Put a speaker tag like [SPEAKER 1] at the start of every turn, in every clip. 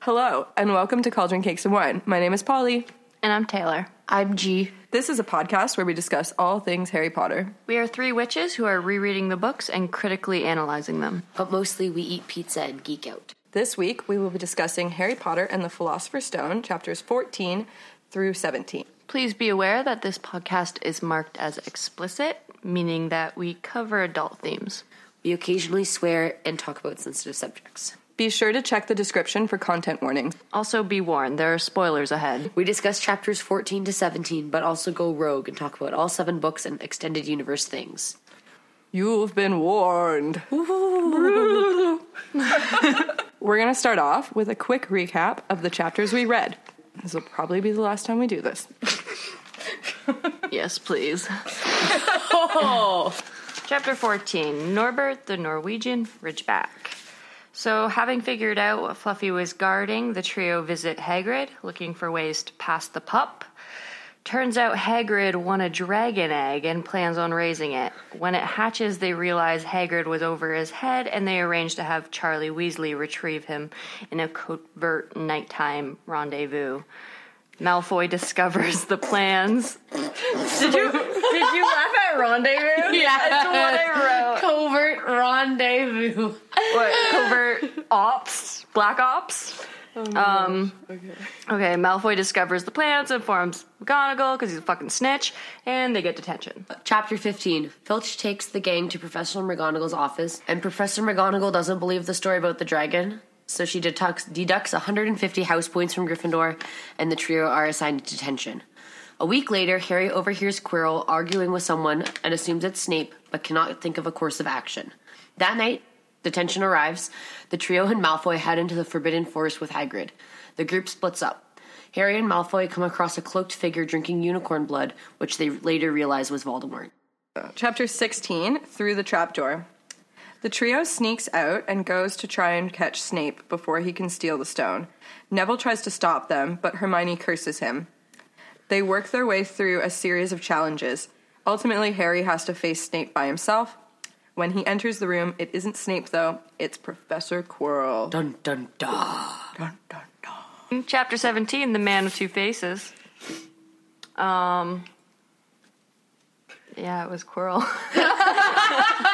[SPEAKER 1] Hello, and welcome to Cauldron Cakes and Wine. My name is Polly.
[SPEAKER 2] And I'm Taylor. I'm G.
[SPEAKER 1] This is a podcast where we discuss all things Harry Potter.
[SPEAKER 2] We are three witches who are rereading the books and critically analyzing them.
[SPEAKER 3] But mostly we eat pizza and geek out.
[SPEAKER 1] This week, we will be discussing Harry Potter and the Philosopher's Stone, chapters 14 through 17.
[SPEAKER 2] Please be aware that this podcast is marked as explicit, meaning that we cover adult themes.
[SPEAKER 3] We occasionally swear and talk about sensitive subjects.
[SPEAKER 1] Be sure to check the description for content warnings.
[SPEAKER 2] Also, be warned, there are spoilers ahead.
[SPEAKER 3] We discuss chapters 14 to 17, but also go rogue and talk about all seven books and extended universe things.
[SPEAKER 1] You've been warned. We're going to start off with a quick recap of the chapters we read. This will probably be the last time we do this.
[SPEAKER 2] Yes, please. Chapter 14 Norbert the Norwegian Ridgeback. So, having figured out what Fluffy was guarding, the trio visit Hagrid, looking for ways to pass the pup. Turns out Hagrid won a dragon egg and plans on raising it. When it hatches, they realize Hagrid was over his head and they arrange to have Charlie Weasley retrieve him in a covert nighttime rendezvous. Malfoy discovers the plans. Did you did you laugh at rendezvous? Yeah, that's what I wrote.
[SPEAKER 3] Covert rendezvous.
[SPEAKER 2] What covert ops? Black ops. um. Okay. Malfoy discovers the plans, informs McGonagall because he's a fucking snitch, and they get detention.
[SPEAKER 3] Chapter 15 Filch takes the gang to Professor McGonagall's office, and Professor McGonagall doesn't believe the story about the dragon, so she deducts, deducts 150 house points from Gryffindor, and the trio are assigned detention. A week later, Harry overhears Quirrell arguing with someone and assumes it's Snape, but cannot think of a course of action. That night, detention arrives. The trio and Malfoy head into the Forbidden Forest with Hagrid. The group splits up. Harry and Malfoy come across a cloaked figure drinking unicorn blood, which they later realize was Voldemort.
[SPEAKER 1] Chapter 16 Through the Trapdoor. The trio sneaks out and goes to try and catch Snape before he can steal the stone. Neville tries to stop them, but Hermione curses him. They work their way through a series of challenges. Ultimately, Harry has to face Snape by himself. When he enters the room, it isn't Snape though, it's Professor Quirrell.
[SPEAKER 3] Dun dun dun.
[SPEAKER 1] Dun, dun, dun.
[SPEAKER 2] Chapter seventeen: The Man with Two Faces. Um. Yeah, it was Quirrell.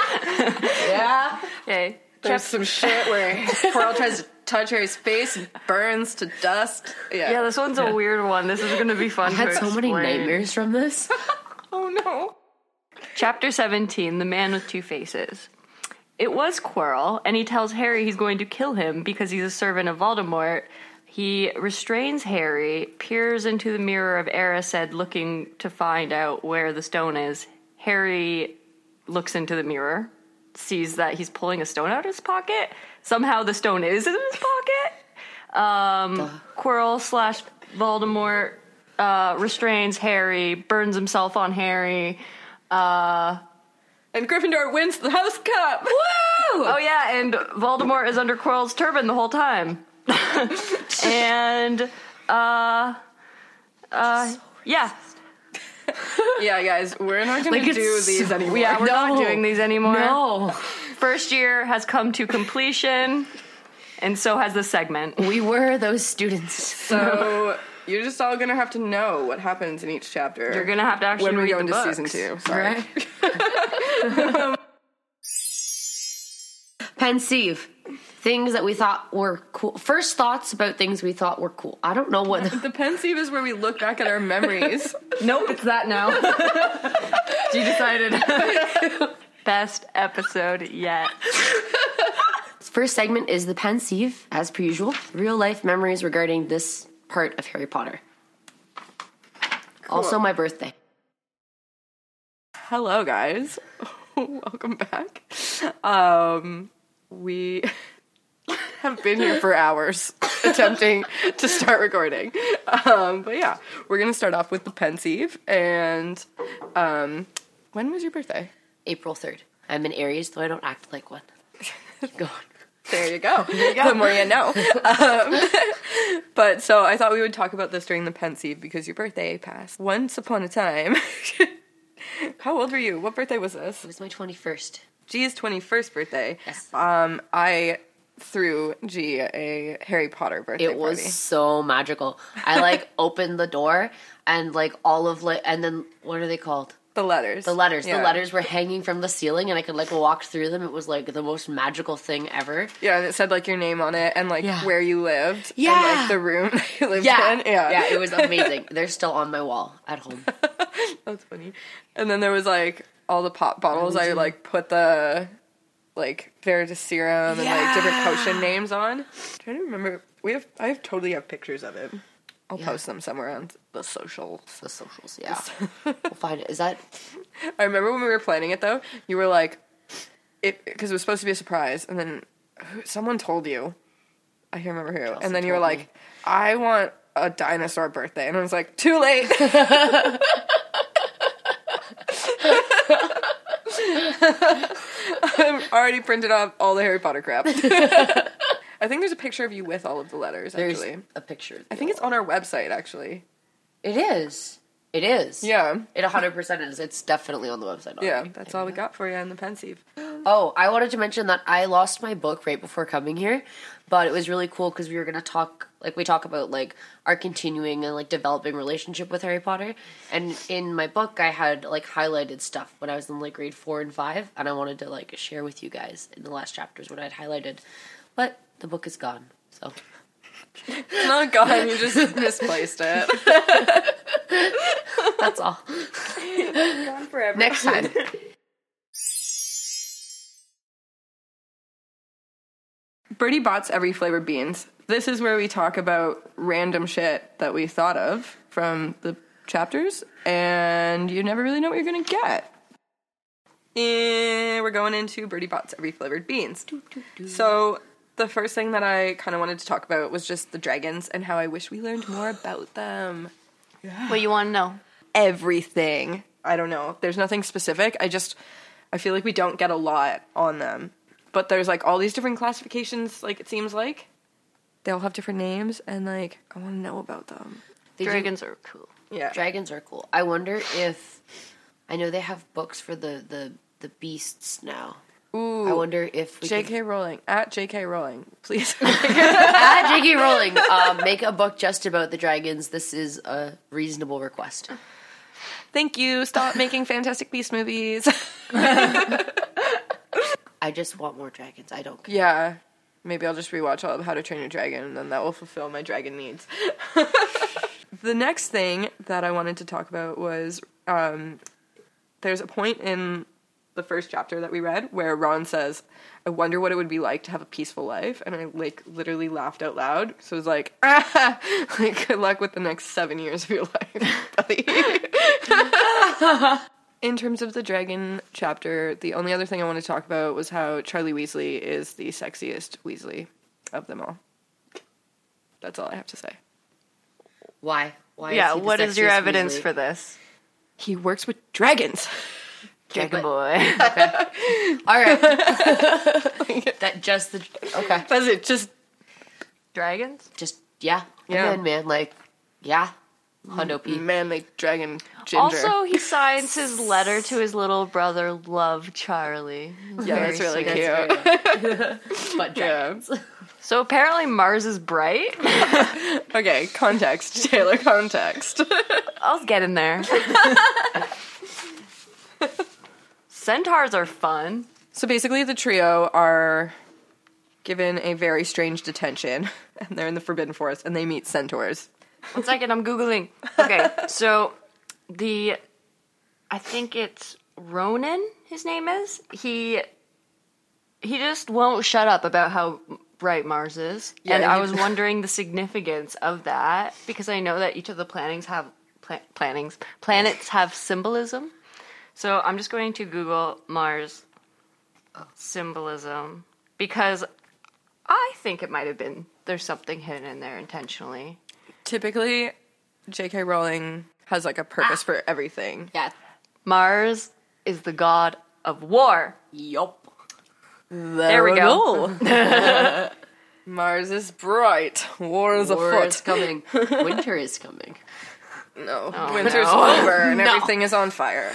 [SPEAKER 1] Yeah.
[SPEAKER 2] okay.
[SPEAKER 1] There's some shit where Quirrell tries to touch Harry's face and burns to dust. Yeah.
[SPEAKER 2] Yeah, this one's a weird one. This is going to be fun.
[SPEAKER 3] I had
[SPEAKER 2] to
[SPEAKER 3] so many
[SPEAKER 2] explain.
[SPEAKER 3] nightmares from this.
[SPEAKER 1] oh no.
[SPEAKER 2] Chapter 17 The Man with Two Faces. It was Quirrell, and he tells Harry he's going to kill him because he's a servant of Voldemort. He restrains Harry, peers into the mirror of Erised looking to find out where the stone is. Harry looks into the mirror, sees that he's pulling a stone out of his pocket. Somehow the stone is in his pocket. Um, Quirrell slash Voldemort uh, restrains Harry, burns himself on Harry.
[SPEAKER 1] And Gryffindor wins the House Cup.
[SPEAKER 2] Oh yeah, and Voldemort is under Quirrell's turban the whole time. and uh uh yeah.
[SPEAKER 1] Yeah, guys, we're not gonna
[SPEAKER 3] Like, it's
[SPEAKER 1] do these
[SPEAKER 3] so-
[SPEAKER 1] anymore.
[SPEAKER 2] Yeah, we're not
[SPEAKER 3] No.
[SPEAKER 2] doing these anymore.
[SPEAKER 3] No,
[SPEAKER 2] First year has come to completion and so has the segment.
[SPEAKER 3] we were those students.
[SPEAKER 1] So you're just all gonna have to know what happens in each chapter.
[SPEAKER 2] You're going to have to actually
[SPEAKER 1] when we
[SPEAKER 2] read
[SPEAKER 1] go
[SPEAKER 2] the
[SPEAKER 1] into
[SPEAKER 2] books.
[SPEAKER 1] season two. Sorry.
[SPEAKER 3] Right? Pensive. Things that we thought were cool. First thoughts about things we thought were cool. I don't know what.
[SPEAKER 1] The pensive is where we look back at our memories.
[SPEAKER 2] Nope, Oh, it's that now. you decided. Best episode yet.
[SPEAKER 3] First segment is the pensive, as per usual. Real life memories regarding this part of Harry Potter. Also, my birthday.
[SPEAKER 1] Hello, guys. Welcome back. Um, we have been here for hours attempting to start recording. Um, but yeah, we're gonna start off with the pensive. And um, when was your birthday?
[SPEAKER 3] April 3rd. I'm an Aries, though I don't act like one. Keep going.
[SPEAKER 1] There you go. The more you know. Um, but so I thought we would talk about this during the pensive because your birthday passed once upon a time. How old were you? What birthday was this?
[SPEAKER 3] It was my 21st.
[SPEAKER 1] G's 21st birthday.
[SPEAKER 3] Yes.
[SPEAKER 1] Um, I threw G a Harry Potter birthday
[SPEAKER 3] It was
[SPEAKER 1] party.
[SPEAKER 3] so magical. I like opened the door and like all of like and then what are they called?
[SPEAKER 1] the letters.
[SPEAKER 3] The letters.
[SPEAKER 1] Yeah.
[SPEAKER 3] The letters were hanging from the ceiling and I could like walk through them. It was like the most magical thing ever.
[SPEAKER 1] Yeah, and it said like your name on it and like
[SPEAKER 3] Yeah.
[SPEAKER 1] where you lived. And
[SPEAKER 3] Yeah.
[SPEAKER 1] like the room that you lived in.
[SPEAKER 3] Yeah. Yeah, it was amazing. They're still on my wall at home.
[SPEAKER 1] That's funny. And then there was like all the pop bottles I like put the like Veritaserum and like different potion names on. I'm trying to remember we have I have totally have pictures of it. I'll post them somewhere on the social.
[SPEAKER 3] The socials, yeah. we'll find it. Is that
[SPEAKER 1] I remember when we were planning it though, you were like it because it was supposed to be a surprise and then who- someone told you I can't remember who.
[SPEAKER 3] Chelsea
[SPEAKER 1] and then you were
[SPEAKER 3] told
[SPEAKER 1] like,
[SPEAKER 3] me.
[SPEAKER 1] "I want a dinosaur birthday." And I was like, "Too late." I've already printed off all the Harry Potter crap. I think there's a picture of you with all of the letters
[SPEAKER 3] there's
[SPEAKER 1] actually.
[SPEAKER 3] a picture?
[SPEAKER 1] I think it's on our website actually.
[SPEAKER 3] It is. It is.
[SPEAKER 1] Yeah.
[SPEAKER 3] It 100% is. It's definitely on the website. already.
[SPEAKER 1] Yeah, that's all we got for you in the pensive.
[SPEAKER 3] Oh, I wanted to mention that I lost my book right before coming here, but it was really cool because we were gonna talk, like we talk about like our continuing and like developing relationship with Harry Potter. And in my book, I had like highlighted stuff when I was in like grade four and five, and I wanted to like share with you guys in the last chapters what I'd highlighted, but the book is gone. So
[SPEAKER 1] It's not gone, you just misplaced it.
[SPEAKER 3] that's all.
[SPEAKER 1] Gone forever.
[SPEAKER 3] Next time.
[SPEAKER 1] Birdie bots every flavored beans. This is where we talk about random shit that we thought of from the chapters, and you never really know what you're gonna get. And we're going into Birdie bots every flavored beans. So the first thing that I kind of wanted to talk about was just the dragons and how I wish we learned more about them.
[SPEAKER 2] What you want to know?
[SPEAKER 1] Everything. I don't know. There's nothing specific. I just I feel like we don't get a lot on them. But there's like all these different classifications like it seems like they all have different names and like I want to know about them.
[SPEAKER 3] Did you-
[SPEAKER 2] Dragons are cool.
[SPEAKER 1] Yeah.
[SPEAKER 3] Dragons are cool. I wonder if I know they have books for the the the beasts now.
[SPEAKER 1] Ooh.
[SPEAKER 3] I wonder if we could-
[SPEAKER 1] JK Rowling at JK Rowling. Please.
[SPEAKER 3] at J.K. Rowling, um, make a book just about the dragons. This is a reasonable request.
[SPEAKER 1] Thank you. Stop making Fantastic Beast movies.
[SPEAKER 3] I just want more dragons. I don't care.
[SPEAKER 1] yeah. Maybe I'll just rewatch all of How to Train Your Dragon and then that will fulfill my dragon needs. the next thing that I wanted to talk about was um, there's a point in the first chapter that we read where Ron says, I wonder what it would be like to have a peaceful life. And I like literally laughed out loud. So it was like, ah, like good luck with the next seven years of your life, buddy. in terms of the dragon chapter, the only other thing I want to talk about was how Charlie Weasley is the sexiest Weasley of them all. That's all I have to say.
[SPEAKER 3] Why? Why?
[SPEAKER 2] yeah, what is your evidence for this?
[SPEAKER 1] He works with dragons.
[SPEAKER 2] Dragon boy.
[SPEAKER 3] that? All right. that just the okay.
[SPEAKER 1] That's it. Just
[SPEAKER 2] Dragons?
[SPEAKER 3] Just yeah.
[SPEAKER 1] Yeah.
[SPEAKER 3] Yeah. Then man, like yeah, hundo p.
[SPEAKER 1] manly dragon ginger.
[SPEAKER 2] Also, he signs his letter to his little brother, Love Charlie.
[SPEAKER 1] yeah, that's really
[SPEAKER 3] That's
[SPEAKER 1] cute.
[SPEAKER 3] very nice. but dragons.
[SPEAKER 2] So apparently, Mars is bright.
[SPEAKER 1] Okay, context. Taylor, context.
[SPEAKER 2] I'll get in there. Centaurs are fun.
[SPEAKER 1] so basically, the trio are given a very strange detention, and they're in the Forbidden Forest, and they meet centaurs.
[SPEAKER 2] One second, I'm googling. Okay, so the I think it's Ronan. His name is he. He just won't shut up about how bright Mars is, and
[SPEAKER 1] Yeah,
[SPEAKER 2] I
[SPEAKER 1] he-
[SPEAKER 2] was wondering the significance of that because I know that each of the plannings have pla- plannings planets have symbolism. So I'm just going to Google Mars symbolism because I think it might have been there's something hidden in there intentionally.
[SPEAKER 1] Typically, J.K. Rowling has like a purpose for everything.
[SPEAKER 3] Yeah.
[SPEAKER 2] Mars is the god of war.
[SPEAKER 3] Yup.
[SPEAKER 2] There we go.
[SPEAKER 1] Mars is bright. War is
[SPEAKER 3] War
[SPEAKER 1] afoot.
[SPEAKER 3] is coming. Winter is coming.
[SPEAKER 1] Oh, No, winter's
[SPEAKER 2] no.
[SPEAKER 1] over and
[SPEAKER 3] No.
[SPEAKER 1] everything is on fire.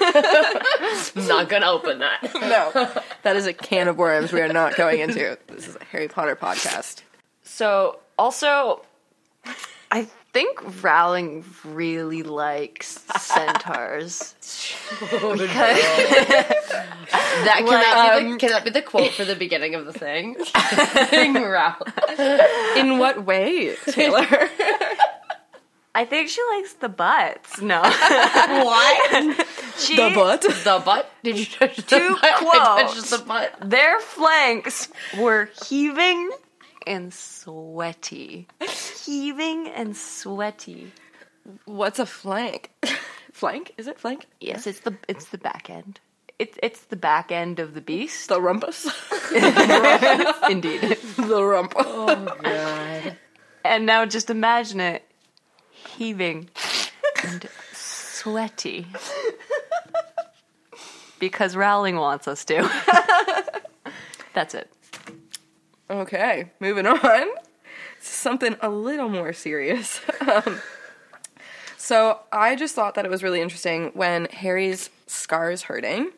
[SPEAKER 3] I'm not gonna open that.
[SPEAKER 1] no, that is a can of worms we are not going into. This is a Harry Potter podcast.
[SPEAKER 2] So also, I think Rowling really likes centaurs.
[SPEAKER 3] That can,
[SPEAKER 2] Like,
[SPEAKER 3] that be the, can that be the quote for the beginning of the thing? Thing route.
[SPEAKER 1] In what way, Taylor?
[SPEAKER 2] I think she likes the butts. No,
[SPEAKER 3] What?
[SPEAKER 2] she,
[SPEAKER 3] The butt? Did you touch the
[SPEAKER 2] To
[SPEAKER 3] butt? I
[SPEAKER 2] quote.
[SPEAKER 3] touched the butt.
[SPEAKER 2] Their flanks were heaving and sweaty, heaving and sweaty.
[SPEAKER 1] What's a flank? flank? Is it flank?
[SPEAKER 2] Yes, it's the it's the back end. It's it's the back end of the beast.
[SPEAKER 1] The rumpus? Indeed. The rumpus.
[SPEAKER 2] And now just imagine it heaving and sweaty. Because Rowling wants us to. That's it.
[SPEAKER 1] Okay, moving on. Something a little more serious. um, so I just thought that it was really interesting when Harry's scar is hurting.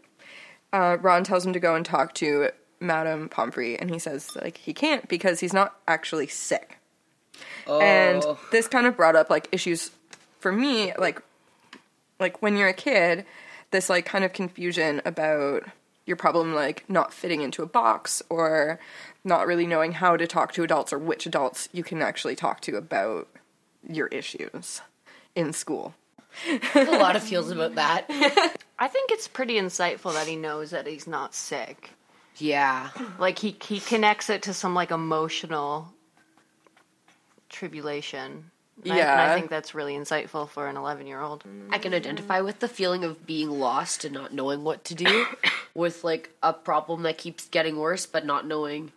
[SPEAKER 1] Uh, Ron tells him to go and talk to Madame Pomfrey, and he says like he can't because he's not actually sick. And this kind of brought up like issues for me, like like when you're a kid, this like kind of confusion about your problem like not fitting into a box or not really knowing how to talk to adults or which adults you can actually talk to about your issues in school.
[SPEAKER 3] A lot of feels about that.
[SPEAKER 2] I think it's pretty insightful that he knows that he's not sick.
[SPEAKER 3] Yeah.
[SPEAKER 2] Like he he connects it to some like emotional tribulation. And I- and
[SPEAKER 1] Yeah.
[SPEAKER 2] I think that's really insightful for an 11 year old.
[SPEAKER 3] I can identify with the feeling of being lost and not knowing what to do with like a problem that keeps getting worse but not knowing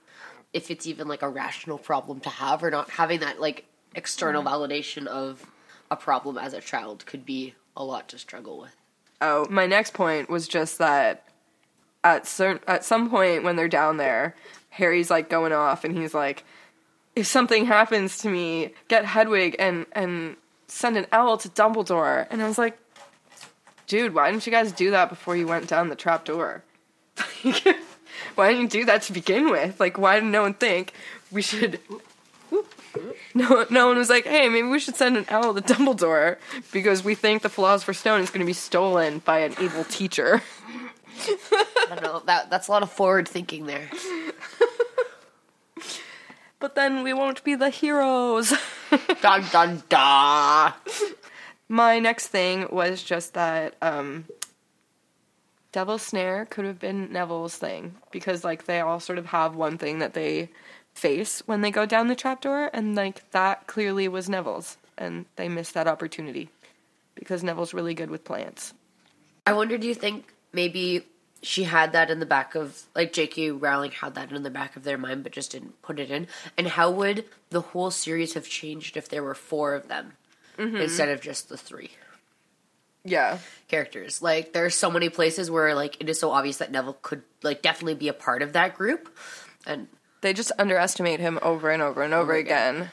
[SPEAKER 3] if it's even like a rational problem to have or not having that like external validation of a problem as a child could be a lot to struggle with.
[SPEAKER 1] Oh, my next point was just that at certain at some point when they're down there, Harry's like going off and he's like, "If something happens to me, get Hedwig and and send an owl to Dumbledore." And I was like, "Dude, why didn't you guys do that before you went down the trap door? why didn't you do that to begin with? Like, why didn't no one think we should?" No, no one was like, "Hey, maybe we should send an owl to Dumbledore because we think the Philosopher's Stone is going to be stolen by an evil teacher."
[SPEAKER 3] I don't know. That that's a lot of forward thinking there.
[SPEAKER 1] But then we won't be the heroes.
[SPEAKER 3] Dun dun da.
[SPEAKER 1] My next thing was just that um, Devil's Snare could have been Neville's thing because, like, they all sort of have one thing that they face when they go down the trapdoor, and like that clearly was Neville's, and they missed that opportunity because Neville's really good with plants.
[SPEAKER 3] I wonder, do you think maybe she had that in the back of, like, J.K. Rowling had that in the back of their mind, but just didn't put it in? And how would the whole series have changed if there were four of them
[SPEAKER 1] Mm-hmm.
[SPEAKER 3] instead of just the three
[SPEAKER 1] Yeah,
[SPEAKER 3] characters? Like, there are so many places where, like, it is so obvious that Neville could, like, definitely be a part of that group. And
[SPEAKER 1] they just underestimate him over and over and over again.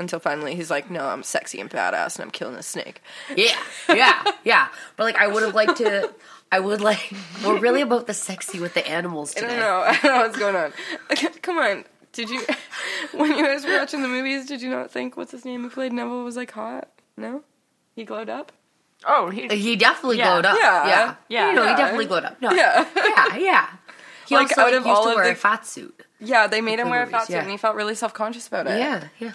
[SPEAKER 1] Until finally he's like, no, I'm sexy and badass and I'm killing a snake.
[SPEAKER 3] Yeah, yeah, yeah. But like, I would have liked to. I would like. We're really about the sexy with the animals
[SPEAKER 1] I
[SPEAKER 3] today.
[SPEAKER 1] don't know. I don't know what's going on. Come on. Did you, when you guys were watching the movies, did you not think what's his name who played Neville was like hot? No? He glowed up?
[SPEAKER 2] Oh, he,
[SPEAKER 3] He definitely
[SPEAKER 2] Yeah.
[SPEAKER 3] glowed up.
[SPEAKER 1] Yeah.
[SPEAKER 3] Yeah, yeah,
[SPEAKER 2] Yeah.
[SPEAKER 3] No,
[SPEAKER 1] Yeah.
[SPEAKER 3] he definitely glowed up. No,
[SPEAKER 1] Yeah.
[SPEAKER 3] yeah, yeah. He
[SPEAKER 1] Like,
[SPEAKER 3] also
[SPEAKER 1] out
[SPEAKER 3] like,
[SPEAKER 1] of
[SPEAKER 3] used
[SPEAKER 1] all
[SPEAKER 3] to
[SPEAKER 1] of
[SPEAKER 3] wear
[SPEAKER 1] the-
[SPEAKER 3] a fat suit.
[SPEAKER 1] Yeah, they made him wear a
[SPEAKER 3] movies,
[SPEAKER 1] fat suit
[SPEAKER 3] yeah.
[SPEAKER 1] and he felt really self conscious about it.
[SPEAKER 3] Yeah, yeah.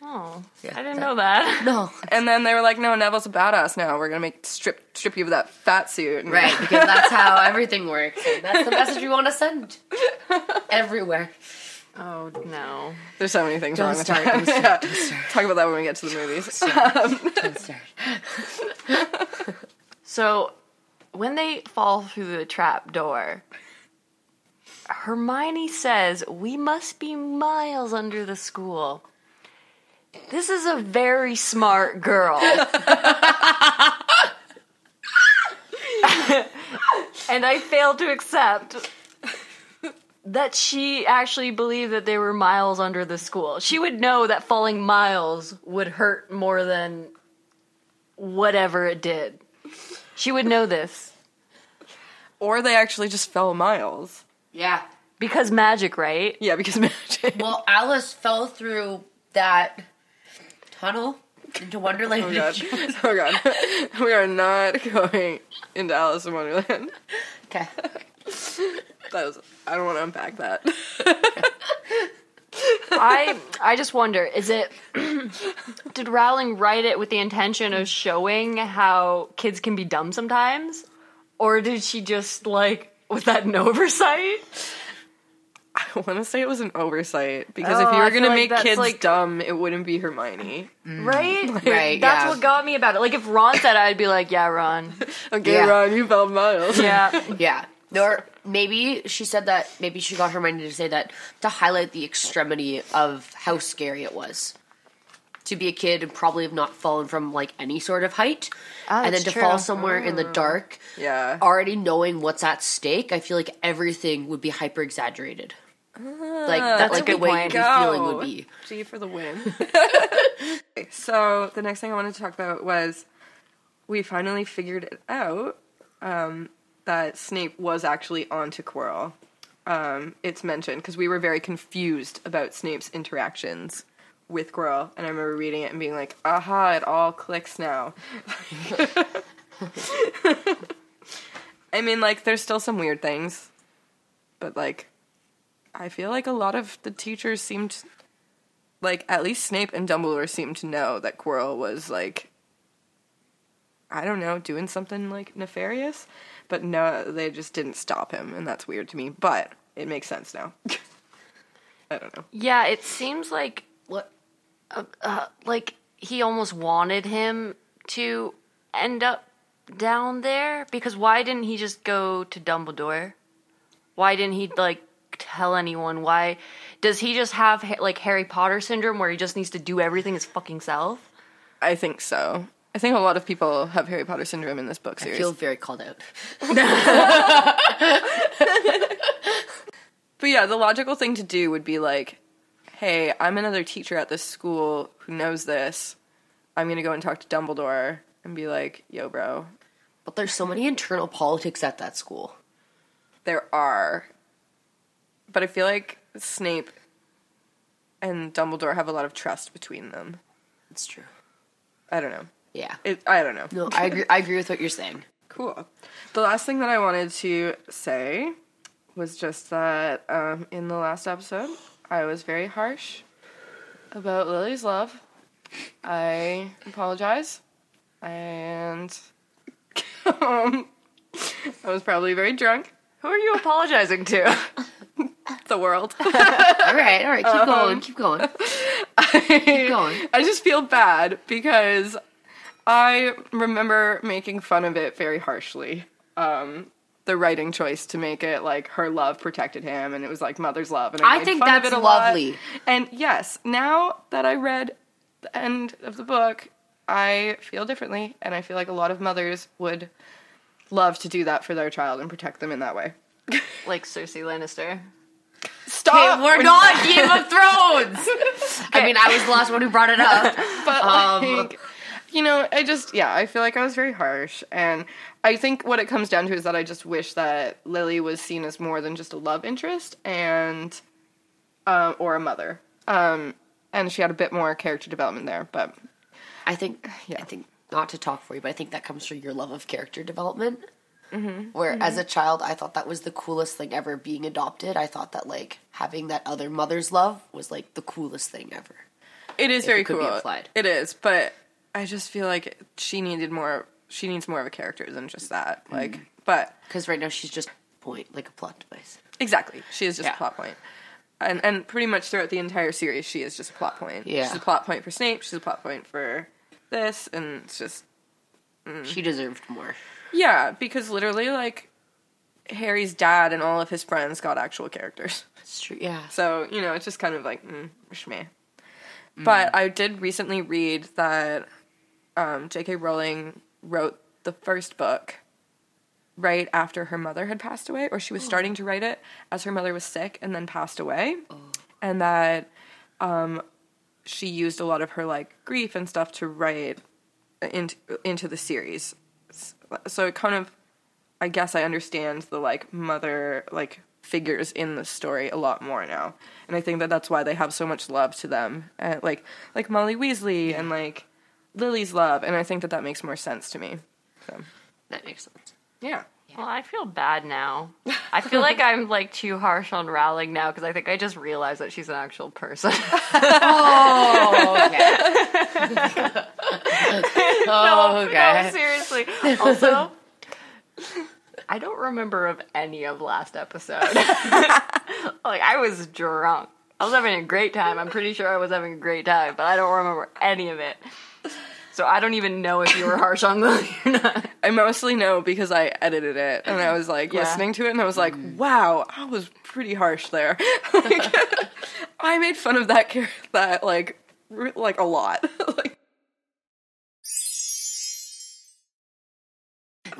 [SPEAKER 2] oh,
[SPEAKER 3] Yeah,
[SPEAKER 2] I didn't
[SPEAKER 3] that-
[SPEAKER 2] know that.
[SPEAKER 3] No,
[SPEAKER 1] And then they were like, no, Neville's a badass now. We're going to make strip strip you of that fat suit. And-
[SPEAKER 3] right? Because that's how everything works. And that's the message we want to send everywhere.
[SPEAKER 2] Oh, no.
[SPEAKER 1] There's so many things
[SPEAKER 3] Don't
[SPEAKER 1] wrong with
[SPEAKER 3] start,
[SPEAKER 1] that.
[SPEAKER 3] don't start,
[SPEAKER 1] Yeah. Talk about that when we get to the movies.
[SPEAKER 3] Concern.
[SPEAKER 2] So when they fall through the trap door, Hermione says, We must be miles under the school. This is a very smart girl. and I fail to accept that she actually believed that they were miles under the school. She would know that falling miles would hurt more than whatever it did. She would know this.
[SPEAKER 1] Or they actually just fell miles.
[SPEAKER 3] Yeah.
[SPEAKER 2] Because magic, right?
[SPEAKER 1] Yeah, because magic.
[SPEAKER 3] Well, Alice fell through that tunnel into Wonderland.
[SPEAKER 1] Oh god. Oh god. we are not going into Alice in Wonderland.
[SPEAKER 3] Okay.
[SPEAKER 1] That was I don't want to unpack that.
[SPEAKER 2] I I just wonder, is it did Rowling write it with the intention of showing how kids can be dumb sometimes? Or did she just like was that an oversight?
[SPEAKER 1] I want to say it was an oversight because if
[SPEAKER 2] Oh,
[SPEAKER 1] you
[SPEAKER 2] I
[SPEAKER 1] were going to
[SPEAKER 2] feel like
[SPEAKER 1] make
[SPEAKER 2] that's
[SPEAKER 1] kids
[SPEAKER 2] like-
[SPEAKER 1] dumb, it wouldn't be Hermione.
[SPEAKER 2] Right?
[SPEAKER 3] Mm. Right,
[SPEAKER 2] That's
[SPEAKER 3] yeah.
[SPEAKER 2] what got me about it. Like if Ron said it, I'd be like, Yeah, Ron.
[SPEAKER 1] Okay,
[SPEAKER 3] Yeah.
[SPEAKER 1] Ron, you fell miles.
[SPEAKER 2] Yeah.
[SPEAKER 3] Yeah. Or maybe she said that, maybe she got Hermione to say that to highlight the extremity of how scary it was. To be a kid and probably have not fallen from like any sort of height.
[SPEAKER 2] Ah,
[SPEAKER 3] and then
[SPEAKER 2] that's
[SPEAKER 3] to
[SPEAKER 2] true.
[SPEAKER 3] fall somewhere in the dark,
[SPEAKER 1] Yeah.
[SPEAKER 3] already knowing what's at stake, I feel like everything would be hyper exaggerated. like that's
[SPEAKER 2] Ah, a
[SPEAKER 3] like
[SPEAKER 2] good
[SPEAKER 3] the way
[SPEAKER 2] point.
[SPEAKER 3] you'd be feeling would be.
[SPEAKER 1] G for the win. Okay, so the next thing I wanted to talk about was we finally figured it out um, that Snape was actually onto Quirrell. Um, it's mentioned because we were very confused about Snape's interactions with Quirrell, and I remember reading it and being like, "Aha! It all clicks now." I mean, like, there's still some weird things, but like, I feel like a lot of the teachers seemed like at least Snape and Dumbledore seemed to know that Quirrell was like I don't know, doing something like nefarious, but no, they just didn't stop him, and that's weird to me. But it makes sense now. I don't know.
[SPEAKER 2] Yeah, it seems like what, uh, uh, like he almost wanted him to end up down there because why didn't he just go to Dumbledore? Why didn't he like tell anyone? Why does he just have ha- like Harry Potter syndrome where he just needs to do everything his fucking self?
[SPEAKER 1] I think so. I think a lot of people have Harry Potter syndrome in this book
[SPEAKER 3] I
[SPEAKER 1] series.
[SPEAKER 3] feel very called out.
[SPEAKER 1] But yeah, the logical thing to do would be like, hey, I'm another teacher at this school who knows this. I'm going to go and talk to Dumbledore and be like, yo, bro,
[SPEAKER 3] But there's so many internal politics at that school.
[SPEAKER 1] there are. But I feel like Snape and Dumbledore have a lot of trust between them.
[SPEAKER 3] It's true.
[SPEAKER 1] I don't know.
[SPEAKER 3] Yeah.
[SPEAKER 1] It, I don't know.
[SPEAKER 3] No, I agree I agree with what you're saying.
[SPEAKER 1] Cool. The last thing that I wanted to say was just that um, in the last episode, I was very harsh about Lily's love. I apologize. And um, I was probably very drunk.
[SPEAKER 2] Who are you apologizing to?
[SPEAKER 1] The world.
[SPEAKER 3] All right, all right, keep going, keep going. Keep going.
[SPEAKER 1] I just feel bad because I remember making fun of it very harshly. Um, the writing choice to make it like her love protected him, and it was like mother's love. And I,
[SPEAKER 3] I
[SPEAKER 1] made
[SPEAKER 3] think
[SPEAKER 1] fun of
[SPEAKER 3] that's
[SPEAKER 1] it a lot.
[SPEAKER 3] lovely.
[SPEAKER 1] And yes, now that I read the end of the book, I feel differently, and I feel like a lot of mothers would love to do that for their child and protect them in that way.
[SPEAKER 2] like Cersei Lannister.
[SPEAKER 1] Stop.
[SPEAKER 3] we're not Game of Thrones. I mean, I was the last one who brought it up.
[SPEAKER 1] but
[SPEAKER 3] Um,
[SPEAKER 1] like, you know, I just yeah, I feel like I was very harsh, and I think what it comes down to is that I just wish that Lily was seen as more than just a love interest and um, or a mother, um, and she had a bit more character development there. But
[SPEAKER 3] I think, I think not to talk for you, but I think that comes through your love of character development. Where as a child, I thought that was the coolest thing ever. Being adopted, I thought that like having that other mother's love was like the coolest thing ever.
[SPEAKER 1] it is very
[SPEAKER 3] it could be
[SPEAKER 1] cool.
[SPEAKER 3] applied.
[SPEAKER 1] It is, but I just feel like she needed more. She needs more of a character than just that. Like, but
[SPEAKER 3] Because right now she's just point like a plot device.
[SPEAKER 1] Exactly. She is just
[SPEAKER 3] Yeah.
[SPEAKER 1] a plot point. And and pretty much throughout the entire series she is just a plot point.
[SPEAKER 3] Yeah.
[SPEAKER 1] She's a plot point for Snape, she's a plot point for this, and it's just
[SPEAKER 3] She deserved more.
[SPEAKER 1] Yeah, because literally like Harry's dad and all of his friends got actual characters.
[SPEAKER 3] It's true. Yeah.
[SPEAKER 1] So, you know, it's just kind of like, mm, shmeh. But I did recently read that um, J.K. Rowling wrote the first book right after her mother had passed away, or she was starting to write it as her mother was sick and then passed away, and that um, she used a lot of her like grief and stuff to write into into the series. S- So it kind of, I guess, I understand the like mother like figures in the story a lot more now, and I think that that's why they have so much love to them, and like like Molly Weasley and like Lily's love, and I think that that makes more sense to me. So
[SPEAKER 3] That makes sense.
[SPEAKER 1] yeah.
[SPEAKER 4] Well, I feel bad now. I feel like I'm like too harsh on Rowling now because I think I just realized that she's an actual person.
[SPEAKER 3] Oh, okay. oh,
[SPEAKER 4] no,
[SPEAKER 3] okay.
[SPEAKER 4] seriously. Also, I don't remember of any of last episode. like I was drunk. I was having a great time. I'm pretty sure I was having a great time, but I don't remember any of it. So I don't even know if you were harsh on Lily or not.
[SPEAKER 1] I mostly know because I edited it and I was like
[SPEAKER 4] Yeah.
[SPEAKER 1] listening to it and I was like, wow, I was pretty harsh there. Like, I made fun of that character that like re- like a lot. like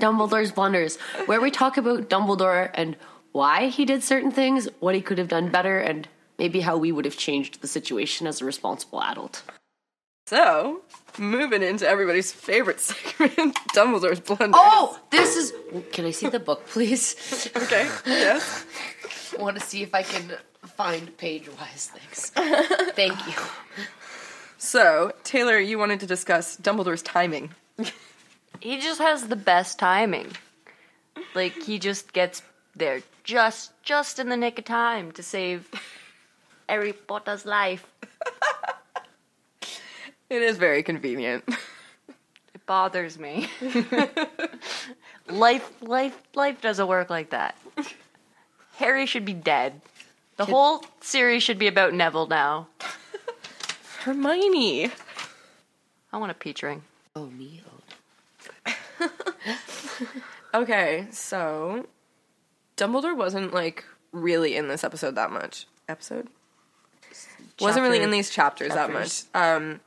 [SPEAKER 3] Dumbledore's blunders, where we talk about Dumbledore and why he did certain things, what he could have done better, and maybe how we would have changed the situation as a responsible adult.
[SPEAKER 1] so, moving into everybody's favorite segment, Dumbledore's blunder.
[SPEAKER 3] Oh, this is. Can I see the book, please?
[SPEAKER 1] Okay. Yes.
[SPEAKER 3] I want to see if I can find page wise things. Thank you.
[SPEAKER 1] So, Taylor, you wanted to discuss Dumbledore's timing.
[SPEAKER 4] He just has the best timing. Like he just gets there just just in the nick of time to save Harry Potter's life.
[SPEAKER 1] It is very convenient.
[SPEAKER 4] It bothers me. life, life, life doesn't work like that. Harry should be dead. The whole series should be about Neville now.
[SPEAKER 1] Hermione.
[SPEAKER 4] I want a peach ring.
[SPEAKER 3] Oh, me. Oh.
[SPEAKER 1] Okay, so Dumbledore wasn't like really in this episode that much. Episode? Wasn't really
[SPEAKER 3] Chapter-
[SPEAKER 1] in these chapters
[SPEAKER 3] chapters.
[SPEAKER 1] that much. Um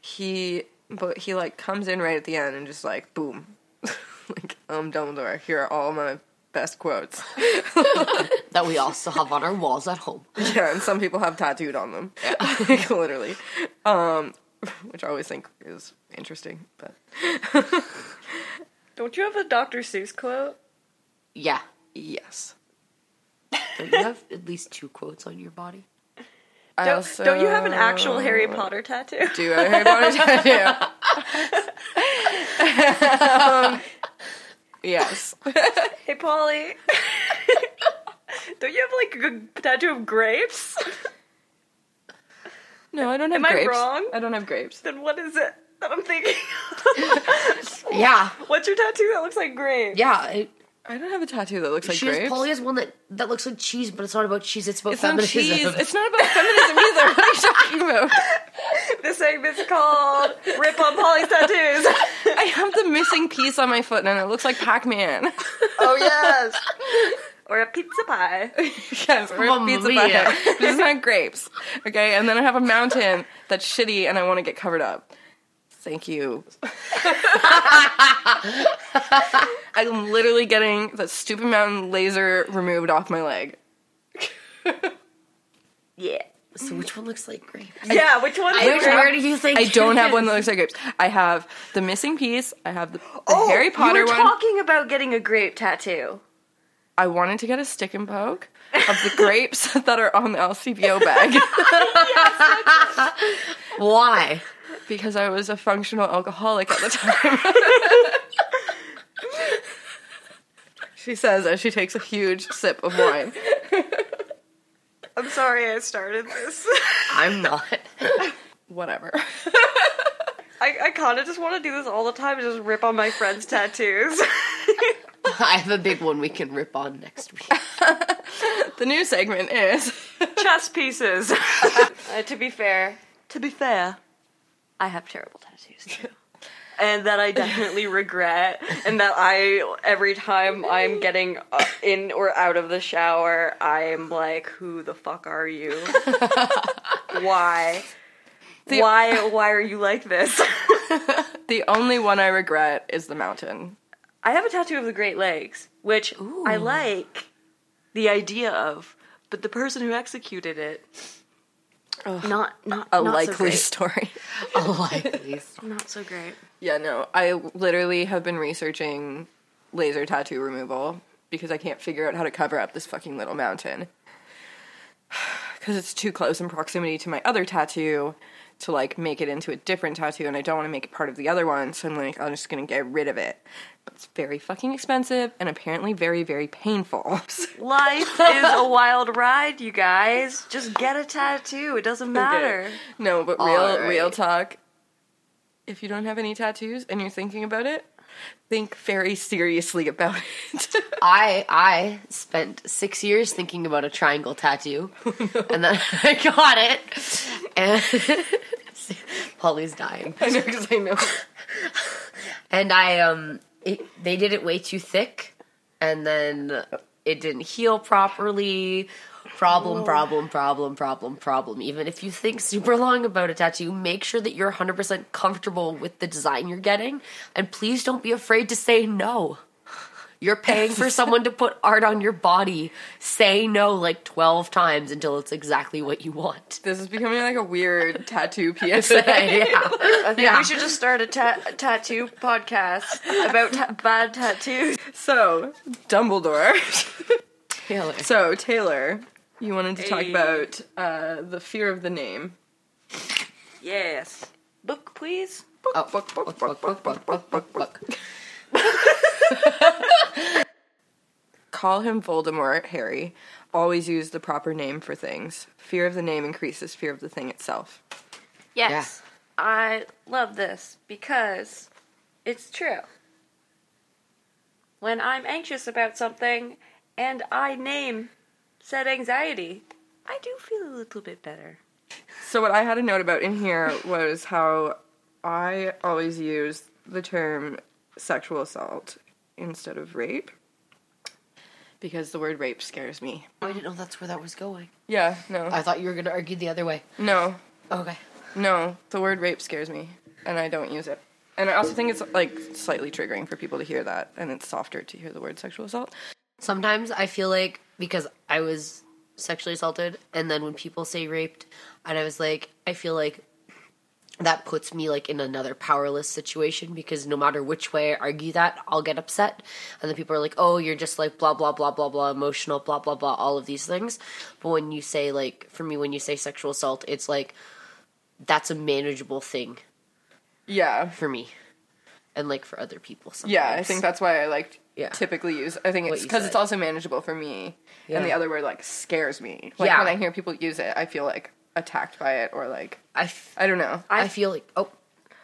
[SPEAKER 1] he but he like comes in right at the end and just like boom. like, um Dumbledore, here are all my best quotes.
[SPEAKER 3] That we also have on our walls at home.
[SPEAKER 1] yeah, and some people have tattooed on them. like, literally. Um which I always think is interesting, but Don't you have a Dr. Seuss quote?
[SPEAKER 3] Yeah.
[SPEAKER 1] Yes.
[SPEAKER 3] Don't you have at least two quotes on your body?
[SPEAKER 1] I
[SPEAKER 2] Don't,
[SPEAKER 1] also-
[SPEAKER 2] don't you have an actual Harry Potter tattoo?
[SPEAKER 1] do a Harry Potter tattoo. um, yes.
[SPEAKER 2] Hey, Polly. don't you have like a tattoo of grapes?
[SPEAKER 1] No, I don't have
[SPEAKER 2] Am I
[SPEAKER 1] grapes.
[SPEAKER 2] wrong?
[SPEAKER 1] I don't have grapes.
[SPEAKER 2] then what is it that I'm thinking?
[SPEAKER 3] Yeah.
[SPEAKER 2] What's your tattoo that looks like grapes?
[SPEAKER 3] Yeah. It,
[SPEAKER 1] I don't have a tattoo that looks like
[SPEAKER 3] she
[SPEAKER 1] grapes.
[SPEAKER 3] has, Polly has one that, that looks like cheese, but it's not about cheese, it's about
[SPEAKER 1] it's not
[SPEAKER 3] feminism.
[SPEAKER 1] cheese. It's not about feminism either. What are you talking about?
[SPEAKER 2] This segment's called "Rip on Polly's Tattoos."
[SPEAKER 1] I have the missing piece on my foot, and it looks like Pac-Man.
[SPEAKER 2] oh yes. Or a pizza pie.
[SPEAKER 1] yes, we're
[SPEAKER 3] Mamma
[SPEAKER 1] a pizza
[SPEAKER 3] mia.
[SPEAKER 1] pie. This is not grapes. Okay, and then I have a mountain that's shitty, and I want to get covered up. Thank you. I'm literally getting that stupid mountain laser removed off my leg.
[SPEAKER 2] Yeah.
[SPEAKER 3] So which one looks like grapes?
[SPEAKER 2] Yeah. Which one? Is
[SPEAKER 3] Which,
[SPEAKER 2] grapes?
[SPEAKER 3] where do you think?
[SPEAKER 1] I don't have one that looks like grapes. I have the missing piece. I have the, the
[SPEAKER 2] Oh,
[SPEAKER 1] Harry Potter
[SPEAKER 2] you were
[SPEAKER 1] one.
[SPEAKER 2] talking about getting a grape tattoo.
[SPEAKER 1] I wanted to get a stick and poke of the grapes that are on the LCBO bag.
[SPEAKER 3] Why?
[SPEAKER 1] because I was a functional alcoholic at the time. she says as she takes a huge sip of wine.
[SPEAKER 2] I'm sorry I started this.
[SPEAKER 3] I'm not.
[SPEAKER 1] Whatever.
[SPEAKER 2] I, I kind of just want to do this all the time and just rip on my friends' tattoos.
[SPEAKER 3] I have a big one we can rip on next week.
[SPEAKER 1] The new segment is
[SPEAKER 2] Chess pieces. Uh, to be fair, to be fair, I have terrible tattoos too. And that I definitely regret, and that I every time I'm getting uh, in or out of the shower, I'm like, "Who the fuck are you? why?
[SPEAKER 1] The-
[SPEAKER 2] why? Why are you like this?"
[SPEAKER 1] the only one I regret is the mountain.
[SPEAKER 2] I have a tattoo of the Great Lakes, which I like the idea of, but the person who executed it, not not
[SPEAKER 1] A
[SPEAKER 2] not so
[SPEAKER 1] likely
[SPEAKER 2] great.
[SPEAKER 1] story.
[SPEAKER 3] Oh, Likely.
[SPEAKER 2] not so great.
[SPEAKER 1] Yeah, no. I literally have been researching laser tattoo removal because I can't figure out how to cover up this fucking little mountain. Because it's too close in proximity to my other tattoo to like make it into a different tattoo, and I don't want to make it part of the other one, so I'm like, I'm just gonna get rid of it. But it's very fucking expensive and apparently very, very painful.
[SPEAKER 2] Life is a wild ride, you guys. Just get a tattoo. It doesn't matter.
[SPEAKER 1] No, but
[SPEAKER 3] All
[SPEAKER 1] real
[SPEAKER 3] right.
[SPEAKER 1] real talk. If you don't have any tattoos and you're thinking about it, think very seriously about it.
[SPEAKER 3] I I spent six years thinking about a triangle tattoo,
[SPEAKER 1] Oh,
[SPEAKER 3] and then I got it. And Polly's dying.
[SPEAKER 1] I know because I know.
[SPEAKER 3] And I um, it, they did it way too thick, and then it didn't heal properly.
[SPEAKER 1] Oh.
[SPEAKER 3] Problem, problem, problem, problem, problem. Even if you think super long about a tattoo, make sure that you're 100% comfortable with the design you're getting, and please don't be afraid to say no. You're paying for someone to put art on your body. Say no like 12 times until it's exactly what you want.
[SPEAKER 1] This is becoming like a weird tattoo PSA.
[SPEAKER 3] yeah.
[SPEAKER 2] I think
[SPEAKER 3] Yeah.
[SPEAKER 2] we should just start a, ta- a tattoo podcast about ta- bad tattoos.
[SPEAKER 1] so, Dumbledore.
[SPEAKER 3] Taylor.
[SPEAKER 1] So, Taylor, you wanted to talk
[SPEAKER 2] Hey.
[SPEAKER 1] about uh, the fear of the name.
[SPEAKER 2] Yes. Book, please.
[SPEAKER 3] Oh, book, book, book, book, book, book, book, book.
[SPEAKER 1] Call him Voldemort, Harry. Always use the proper name for things. Fear of the name increases fear of the thing itself.
[SPEAKER 2] Yes. I love this because it's true. When I'm anxious about something and I name said anxiety, I do feel a little bit better.
[SPEAKER 1] So what I had a note about in here was how I always use the term sexual assault instead of rape because the word rape scares me.
[SPEAKER 3] Oh, I didn't know that's where that was going.
[SPEAKER 1] Yeah, no.
[SPEAKER 3] I thought you were going to argue the other way.
[SPEAKER 1] no.
[SPEAKER 3] Okay.
[SPEAKER 1] No, the word rape scares me and I don't use it. And I also think it's like slightly triggering for people to hear that and it's softer to hear the word sexual assault.
[SPEAKER 3] Sometimes I feel like because I was sexually assaulted, and then when people say raped, and I was like, I feel like that puts me like in another powerless situation because no matter which way I argue that, I'll get upset. And then people are like, oh, you're just like blah, blah, blah, blah, blah, emotional, blah, blah, blah, all of these things. But when you say, like, for me, when you say sexual assault, it's like, that's a manageable thing
[SPEAKER 1] Yeah.
[SPEAKER 3] for me and like for other people. Sometimes.
[SPEAKER 1] Yeah, I think that's why I like
[SPEAKER 3] Yeah.
[SPEAKER 1] typically use. I think it's
[SPEAKER 3] you
[SPEAKER 1] because it's
[SPEAKER 3] said.
[SPEAKER 1] also manageable for me, and the
[SPEAKER 3] Yeah.
[SPEAKER 1] other word like scares me. Like
[SPEAKER 3] Yeah.
[SPEAKER 1] when I hear people use it, I feel like attacked by it or like
[SPEAKER 3] I, f-
[SPEAKER 1] I don't know.
[SPEAKER 3] I feel like, oh,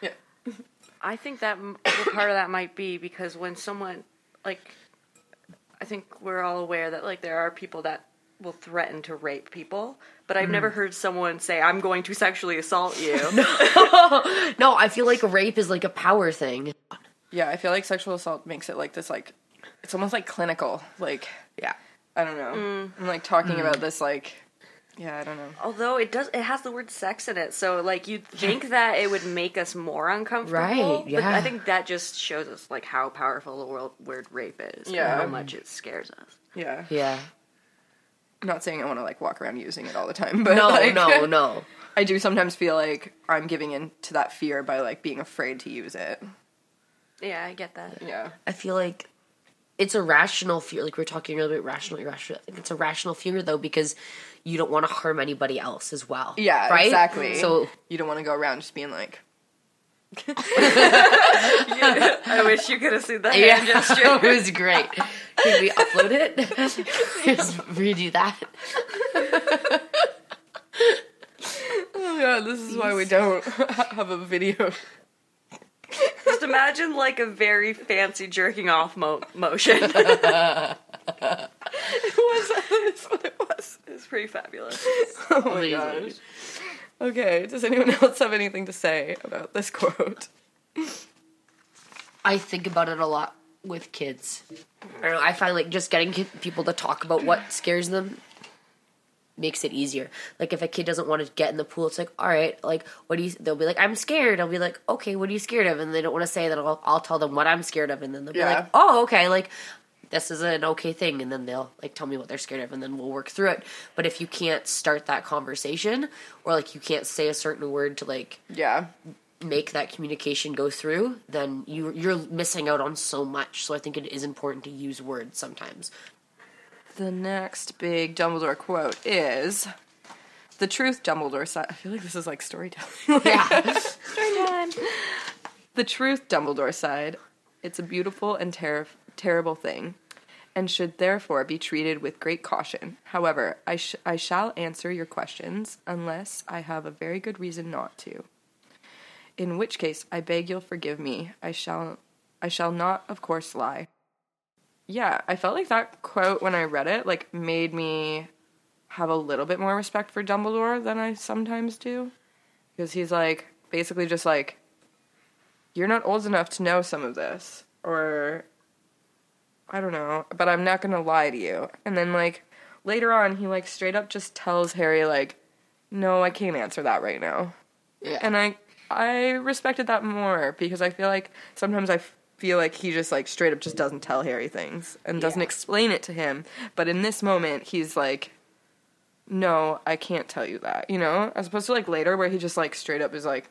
[SPEAKER 1] Yeah.
[SPEAKER 2] I think that m- part of that might be because when someone, like, I think we're all aware that, like, there are people that will threaten to rape people, but I've
[SPEAKER 3] Mm.
[SPEAKER 2] never heard someone say, I'm going to sexually assault you.
[SPEAKER 3] No, I feel like rape is like a power thing.
[SPEAKER 1] Yeah, I feel like sexual assault makes it like this like it's almost like clinical. Like
[SPEAKER 3] Yeah. Mm.
[SPEAKER 1] I don't know. I'm like talking about this like yeah, I don't know.
[SPEAKER 2] Although it does, it has the word sex in it, so like you'd think that it would make us more uncomfortable.
[SPEAKER 3] Right,
[SPEAKER 2] But I
[SPEAKER 3] yeah.
[SPEAKER 2] think that just shows us like how powerful the world word rape is.
[SPEAKER 1] Yeah.
[SPEAKER 2] And how much it scares us.
[SPEAKER 1] Yeah.
[SPEAKER 3] Yeah.
[SPEAKER 1] I'm not saying I want to like walk around using it all the time, but
[SPEAKER 3] No,
[SPEAKER 1] like,
[SPEAKER 3] no, no.
[SPEAKER 1] I do sometimes feel like I'm giving in to that fear by like being afraid to use it.
[SPEAKER 2] Yeah, I get that.
[SPEAKER 1] Yeah.
[SPEAKER 3] I feel like it's a rational fear. Like we we're talking earlier about rational, irrational. I think it's a rational fear though because you don't want to harm anybody else as well.
[SPEAKER 1] Yeah,
[SPEAKER 3] Right?
[SPEAKER 1] exactly.
[SPEAKER 3] So
[SPEAKER 1] you don't want to go around just being like,
[SPEAKER 2] I wish you could have seen that
[SPEAKER 3] yeah,
[SPEAKER 2] hand gesture.
[SPEAKER 3] it was great. Can we upload it? Just redo that.
[SPEAKER 1] "Oh yeah, this is why we don't have a video."
[SPEAKER 2] Just imagine like a very fancy jerking off mo- motion.
[SPEAKER 1] That's what it was.
[SPEAKER 2] it's pretty fabulous.
[SPEAKER 1] Oh my gosh. Okay, does anyone else have anything to say about this quote?
[SPEAKER 3] I think about it a lot with kids. I don't know. I find like just getting kid- people to talk about what scares them makes it easier. Like if a kid doesn't want to get in the pool, it's like, all right, like what do you? They'll be like, I'm scared. I'll be like, okay, what are you scared of? And they don't want to say that. I'll, I'll tell them what I'm scared of, and then they'll be
[SPEAKER 1] Yeah.
[SPEAKER 3] like, oh, okay, like this is an okay thing, and then they'll like tell me what they're scared of, and then we'll work through it. But if you can't start that conversation, or like you can't say a certain word to like
[SPEAKER 1] Yeah.
[SPEAKER 3] make that communication go through, then you you're missing out on so much. So I think it is important to use words sometimes.
[SPEAKER 1] The next big Dumbledore quote is The truth, Dumbledore said. I feel like this is like storytelling.
[SPEAKER 3] Yeah.
[SPEAKER 1] The truth, Dumbledore sighed. It's a beautiful and ter- terrible thing, and should therefore be treated with great caution. However, I, sh- I shall answer your questions unless I have a very good reason not to. In which case, I beg you'll forgive me. I shall, I shall not, of course, lie. Yeah, I felt like that quote when I read it like made me have a little bit more respect for Dumbledore than I sometimes do, because he's like basically just like you're not old enough to know some of this or i don't know but i'm not gonna lie to you and then like later on he like straight up just tells harry like no i can't answer that right now
[SPEAKER 3] Yeah.
[SPEAKER 1] and i i respected that more because i feel like sometimes i feel like he just like straight up just doesn't tell harry things and doesn't
[SPEAKER 3] Yeah.
[SPEAKER 1] explain it to him but in this moment he's like no i can't tell you that you know as opposed to like later where he just like straight up is like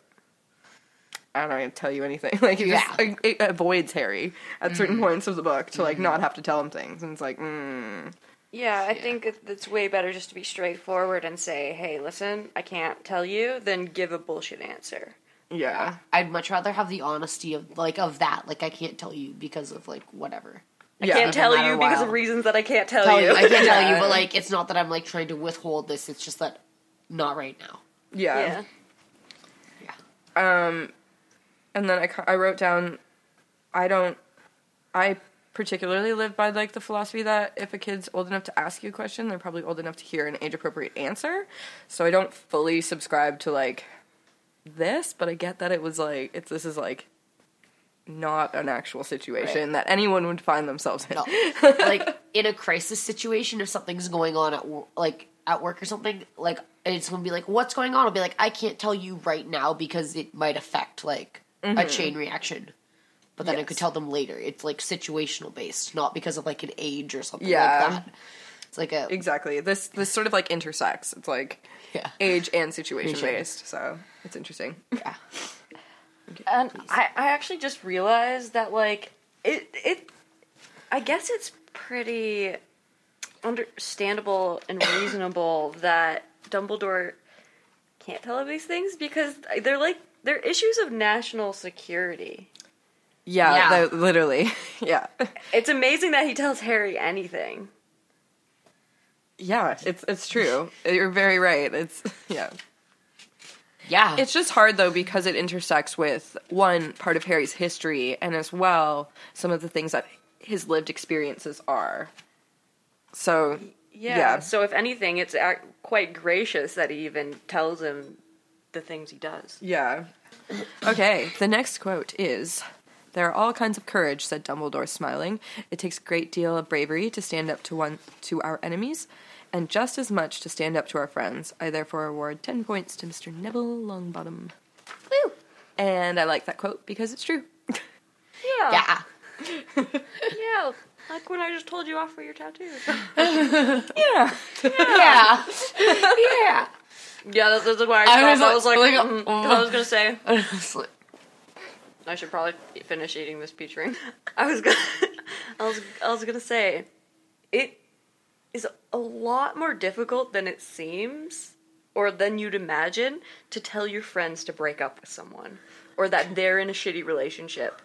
[SPEAKER 1] I'm not going to tell you anything. Like it
[SPEAKER 3] Yeah. Mm-hmm.
[SPEAKER 1] just it, it avoids Harry at certain points of the book to like not have to tell him things, and it's like, mm,
[SPEAKER 4] Yeah, I think it- it's way better just to be straightforward and say, "Hey, listen, I can't tell you," than give a bullshit answer.
[SPEAKER 1] yeah,
[SPEAKER 3] I'd much rather have the honesty of like of that. Like I can't tell you because of like whatever.
[SPEAKER 1] yeah,
[SPEAKER 2] can't tell
[SPEAKER 3] matter
[SPEAKER 2] you because
[SPEAKER 3] why.
[SPEAKER 2] of reasons that I can't tell,
[SPEAKER 3] Tell
[SPEAKER 2] you.
[SPEAKER 3] you, I can't tell you,
[SPEAKER 1] Yeah.
[SPEAKER 3] but like it's not that I'm like trying to withhold this. It's just that not right now.
[SPEAKER 1] yeah.
[SPEAKER 2] yeah.
[SPEAKER 1] And then I ca- I wrote down, I don't, I particularly live by like the philosophy that if a kid's old enough to ask you a question, they're probably old enough to hear an age appropriate answer. So I don't fully subscribe to like this, but I get that it was like it's this is like not an actual situation that anyone would find themselves in.
[SPEAKER 3] No. like in a crisis situation, if something's going on at wo- like at work or something, like and it's gonna be like, what's going on? I'll be like, I can't tell you right now because it might affect like
[SPEAKER 1] Mm-hmm.
[SPEAKER 3] a chain reaction. But then I could tell them later. It's like situational based, not because of like an age or something
[SPEAKER 1] Yeah.
[SPEAKER 3] like that. It's like a
[SPEAKER 1] Exactly. This this sort of like intersects. It's like
[SPEAKER 3] yeah.
[SPEAKER 1] age and situation
[SPEAKER 3] Situation.
[SPEAKER 1] based. So it's interesting.
[SPEAKER 2] And I, I actually just realized that like it it I guess it's pretty understandable and reasonable that Dumbledore can't tell him these things because they're like they're issues of national security.
[SPEAKER 1] Yeah,
[SPEAKER 3] Yeah.
[SPEAKER 1] tho- literally. yeah.
[SPEAKER 2] It's amazing that he tells Harry anything.
[SPEAKER 1] Yeah, it's it's true. You're very right. It's yeah.
[SPEAKER 3] Yeah.
[SPEAKER 1] It's just hard though because it intersects with one part of Harry's history and as well some of the things that his lived experiences are. So
[SPEAKER 2] Yeah.
[SPEAKER 1] Yeah.
[SPEAKER 2] So if anything, it's ac- quite gracious that he even tells him the things he does.
[SPEAKER 1] Yeah. Okay, the next quote is There are all kinds of courage, said Dumbledore, smiling. It takes a great deal of bravery to stand up to one to our enemies, and just as much to stand up to our friends. I therefore award ten points to Mr. Neville Longbottom. Woo! And I like that quote because it's true.
[SPEAKER 2] Yeah.
[SPEAKER 3] yeah.
[SPEAKER 2] Yeah. Like when I just told you off for your tattoo.
[SPEAKER 1] Yeah.
[SPEAKER 3] Yeah. yeah.
[SPEAKER 2] Yeah, this, this is why I
[SPEAKER 3] I
[SPEAKER 2] stopped. I was
[SPEAKER 3] was
[SPEAKER 2] like,
[SPEAKER 3] like-
[SPEAKER 2] mm,
[SPEAKER 3] like,
[SPEAKER 2] 'cause I was gonna say
[SPEAKER 3] Honestly.
[SPEAKER 2] I should probably finish eating this peach ring. I was gonna, I was, I was gonna say, it is a lot more difficult than it seems, or than you'd imagine, to tell your friends to break up with someone, or that they're in a shitty relationship.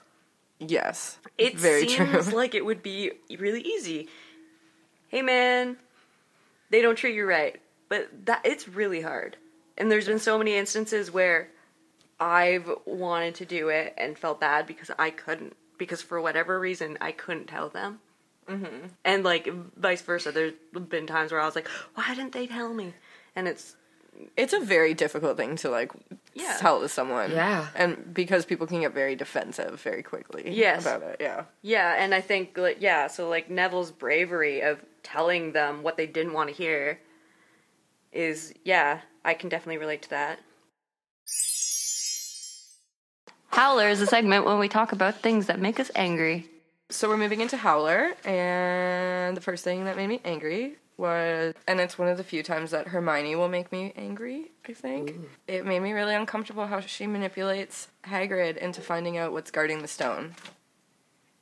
[SPEAKER 1] Yes.
[SPEAKER 2] It
[SPEAKER 1] very true.
[SPEAKER 2] seems like it would be really easy. Hey man, they don't treat you right. But that it's really hard. And there's been so many instances where I've wanted to do it and felt bad because I couldn't because for whatever reason I couldn't tell them. Mm-hmm. And like vice versa, there's been times where I was like, "Why didn't they tell me?" And it's
[SPEAKER 1] It's a very difficult thing to like
[SPEAKER 2] Yeah.
[SPEAKER 1] tell to someone.
[SPEAKER 3] Yeah.
[SPEAKER 1] And because people can get very defensive very quickly
[SPEAKER 2] Yes.
[SPEAKER 1] about it. Yeah.
[SPEAKER 2] Yeah, and I think like, yeah, so like Neville's bravery of telling them what they didn't want to hear is yeah, I can definitely relate to that.
[SPEAKER 4] Howler is a segment when we talk about things that make us angry.
[SPEAKER 1] So we're moving into Howler, and the first thing that made me angry was, and it's one of the few times that Hermione will make me angry, I think. It made me really uncomfortable how she manipulates Hagrid into finding out what's guarding the stone.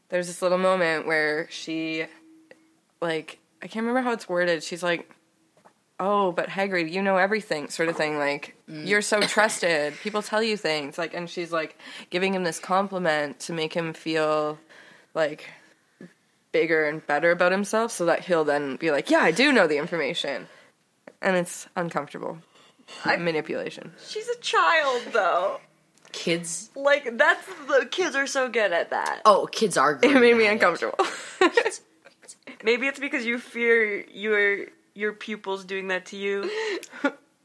[SPEAKER 1] There's this little moment where she, like, I can't remember how it's worded. She's like, Oh, but Hagrid, you know everything, sort of thing. Like, you're so trusted. People tell you things. Like, and she's like giving him this compliment to make him feel like bigger and better about himself so that he'll then be like, yeah, I do know the information. And it's uncomfortable. Manipulation.
[SPEAKER 2] She's a child though.
[SPEAKER 3] Kids.
[SPEAKER 2] Like that's the kids are so good at that.
[SPEAKER 3] Oh, kids are.
[SPEAKER 1] It made me uncomfortable.
[SPEAKER 2] Maybe it's because you fear your your pupils doing that to you.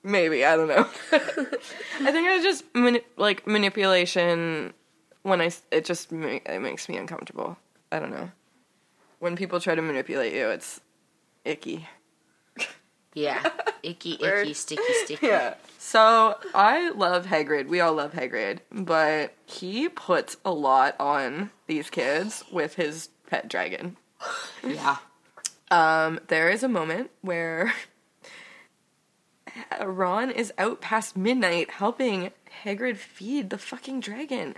[SPEAKER 1] Maybe, I don't know. I think it was just mani- like manipulation when I, s- it just ma- it makes me uncomfortable. I don't know. When people try to manipulate you, it's icky.
[SPEAKER 3] Yeah. Icky, icky, sticky, sticky.
[SPEAKER 1] Yeah. So I love Hagrid. We all love Hagrid, but he puts a lot on these kids with his pet dragon.
[SPEAKER 3] Yeah.
[SPEAKER 1] Um, there is a moment where Ron is out past midnight helping Hagrid feed the fucking dragon.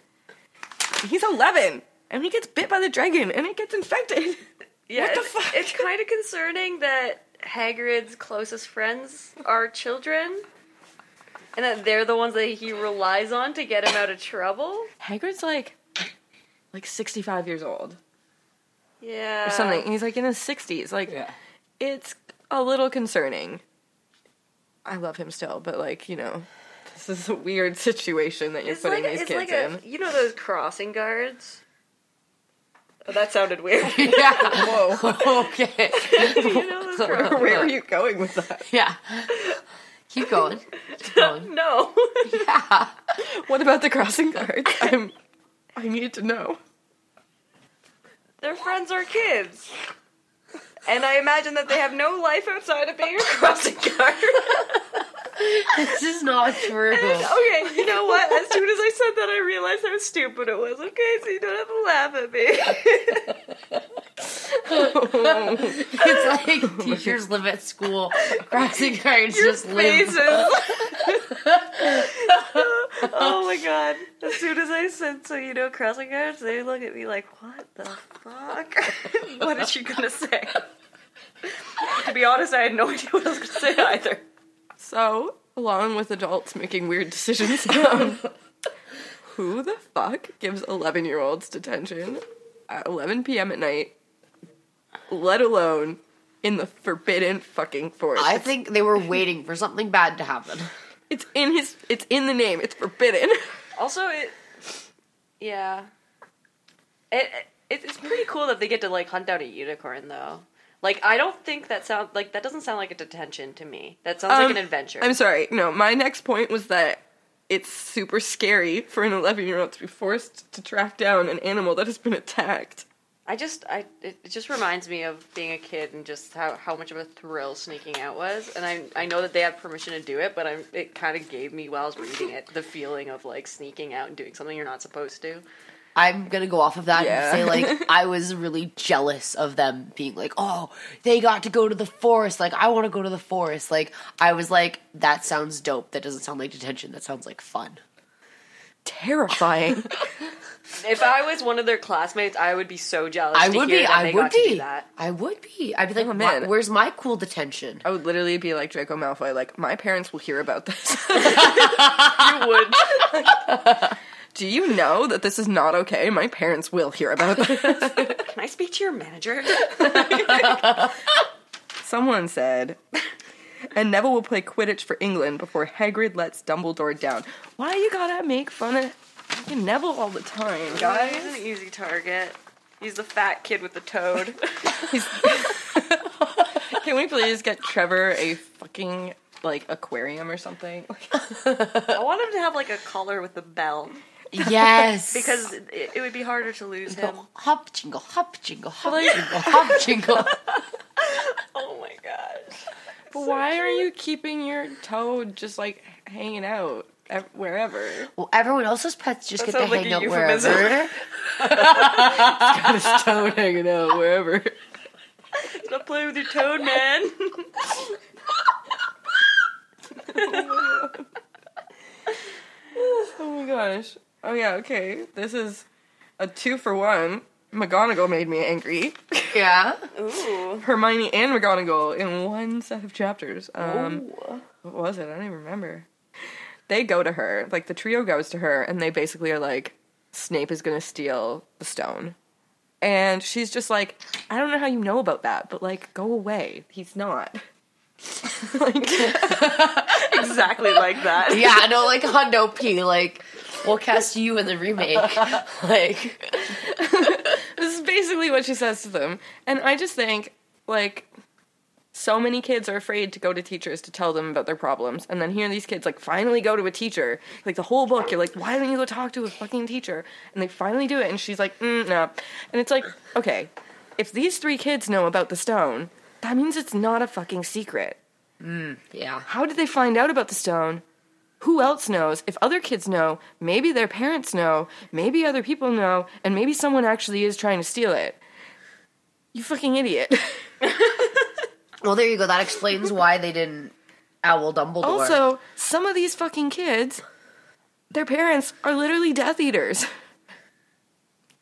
[SPEAKER 1] He's 11 and he gets bit by the dragon and it gets infected.
[SPEAKER 2] Yeah,
[SPEAKER 1] What the
[SPEAKER 2] it's,
[SPEAKER 1] fuck?
[SPEAKER 2] it's kind of concerning that Hagrid's closest friends are children, and that they're the ones that he relies on to get him out of trouble.
[SPEAKER 1] Hagrid's like like 65 years old
[SPEAKER 2] Yeah,
[SPEAKER 1] or something. He's like in his 60s. Like it's a little concerning. I love him still, but like you know, this is a weird situation that you're
[SPEAKER 2] It's
[SPEAKER 1] putting
[SPEAKER 2] like a,
[SPEAKER 1] these
[SPEAKER 2] it's
[SPEAKER 1] kids
[SPEAKER 2] like a,
[SPEAKER 1] in.
[SPEAKER 2] you know those crossing guards. Oh, that sounded weird.
[SPEAKER 3] Yeah.
[SPEAKER 1] Whoa,
[SPEAKER 3] okay.
[SPEAKER 2] you know those crossing
[SPEAKER 1] where are you going with that?
[SPEAKER 3] Yeah. Keep going. Keep going.
[SPEAKER 2] No.
[SPEAKER 3] Yeah.
[SPEAKER 1] What about the crossing guards? I'm, I need to know.
[SPEAKER 2] Their friends are kids. And I imagine that they have no life outside of being a crossing guard.
[SPEAKER 3] This is not true.
[SPEAKER 2] okay, you know what? As soon as I said that, I realized how stupid it was. Okay, so you don't have to laugh at me.
[SPEAKER 3] It's like teachers live at school. Crossing guards just
[SPEAKER 2] Faces.
[SPEAKER 3] live.
[SPEAKER 2] oh my god. As soon as I said, so you know, crossing guards, they look at me like, what the fuck? what is she gonna say? to be honest, I had no idea what I was gonna say either.
[SPEAKER 1] So, along with adults making weird decisions, um, who the fuck gives 11 year olds detention at 11 p.m. at night, let alone in the forbidden fucking forest?
[SPEAKER 3] I think they were waiting for something bad to happen.
[SPEAKER 1] It's in his. It's in the name. It's forbidden.
[SPEAKER 2] Also, it. Yeah. It, it it's pretty cool that they get to like hunt down a unicorn though. Like I don't think that sound like that doesn't sound like a detention to me. That sounds like
[SPEAKER 1] Um,
[SPEAKER 2] an adventure.
[SPEAKER 1] I'm sorry. No, my next point was that it's super scary for an 11 year old to be forced to track down an animal that has been attacked.
[SPEAKER 2] I just I it, it just reminds me of being a kid and just how, how much of a thrill sneaking out was. And I I know that they had permission to do it, but I'm it kind of gave me while I was reading it the feeling of like sneaking out and doing something you're not supposed to.
[SPEAKER 3] I'm gonna go off of that
[SPEAKER 1] Yeah.
[SPEAKER 3] and say like I was really jealous of them being like, oh, they got to go to the forest. Like I want to go to the forest. Like I was like, that sounds dope. That doesn't sound like detention. That sounds like fun.
[SPEAKER 1] Terrifying.
[SPEAKER 2] If I was one of their classmates, I would be so jealous.
[SPEAKER 3] I
[SPEAKER 2] to
[SPEAKER 3] would
[SPEAKER 2] hear
[SPEAKER 3] be.
[SPEAKER 2] that
[SPEAKER 3] I
[SPEAKER 2] they
[SPEAKER 3] would
[SPEAKER 2] got to do
[SPEAKER 3] be.
[SPEAKER 2] that.
[SPEAKER 3] I would be. I'd be like,
[SPEAKER 1] Oh,
[SPEAKER 3] "Why-
[SPEAKER 1] man.
[SPEAKER 3] where's my cool detention?
[SPEAKER 1] I would literally be like Draco Malfoy, like, my parents will hear about this.
[SPEAKER 2] You would.
[SPEAKER 1] Do you know that this is not okay? My parents will hear about this.
[SPEAKER 2] Can I speak to your manager?
[SPEAKER 1] Someone said, and Neville will play Quidditch for England before Hagrid lets Dumbledore down. Why you gotta make fun of fucking Neville all the time, guys?
[SPEAKER 2] He's an easy target. He's the fat kid with the toad.
[SPEAKER 1] Can we please get Trevor a fucking like aquarium or something?
[SPEAKER 2] I want him to have like a collar with a bell
[SPEAKER 3] yes,
[SPEAKER 2] because it, it would be harder to lose him.
[SPEAKER 3] Jingle, hop jingle hop jingle hop jingle hop jingle.
[SPEAKER 2] Oh my gosh.
[SPEAKER 1] But why are you keeping your toe just like hanging out ev- wherever?
[SPEAKER 3] Well, everyone else's pets just get to
[SPEAKER 2] sounds like
[SPEAKER 3] hang
[SPEAKER 2] a
[SPEAKER 3] out
[SPEAKER 2] euphemism.
[SPEAKER 3] wherever.
[SPEAKER 1] His toe hanging out wherever.
[SPEAKER 2] Stop playing with your toad, man.
[SPEAKER 1] Oh my gosh. Oh yeah. Okay. This is a two for one. McGonagall made me angry.
[SPEAKER 3] yeah.
[SPEAKER 2] Ooh.
[SPEAKER 1] Hermione and McGonagall in one set of chapters. Um, what was it? I don't even remember. They go to her, like the trio goes to her, and they basically are like, Snape is gonna steal the stone. And she's just like, I don't know how you know about that, but like, go away. He's not. like,
[SPEAKER 2] exactly like that.
[SPEAKER 3] Yeah, no, like Hondo P, like we'll cast you in the remake. like
[SPEAKER 1] this is basically what she says to them. And I just think, like, so many kids are afraid to go to teachers to tell them about their problems. And then here these kids, like, finally go to a teacher. Like, the whole book, you're like, why don't you go talk to a fucking teacher? And they finally do it. And she's like, mm, no. And it's like, okay, if these three kids know about the stone, that means it's not a fucking secret.
[SPEAKER 3] Yeah.
[SPEAKER 1] How did they find out about the stone? Who else knows? If other kids know, maybe their parents know, maybe other people know, and maybe someone actually is trying to steal it. You fucking idiot.
[SPEAKER 3] Well there you go, that explains why they didn't owl Dumbledore.
[SPEAKER 1] Also, some of these fucking kids, their parents are literally Death Eaters.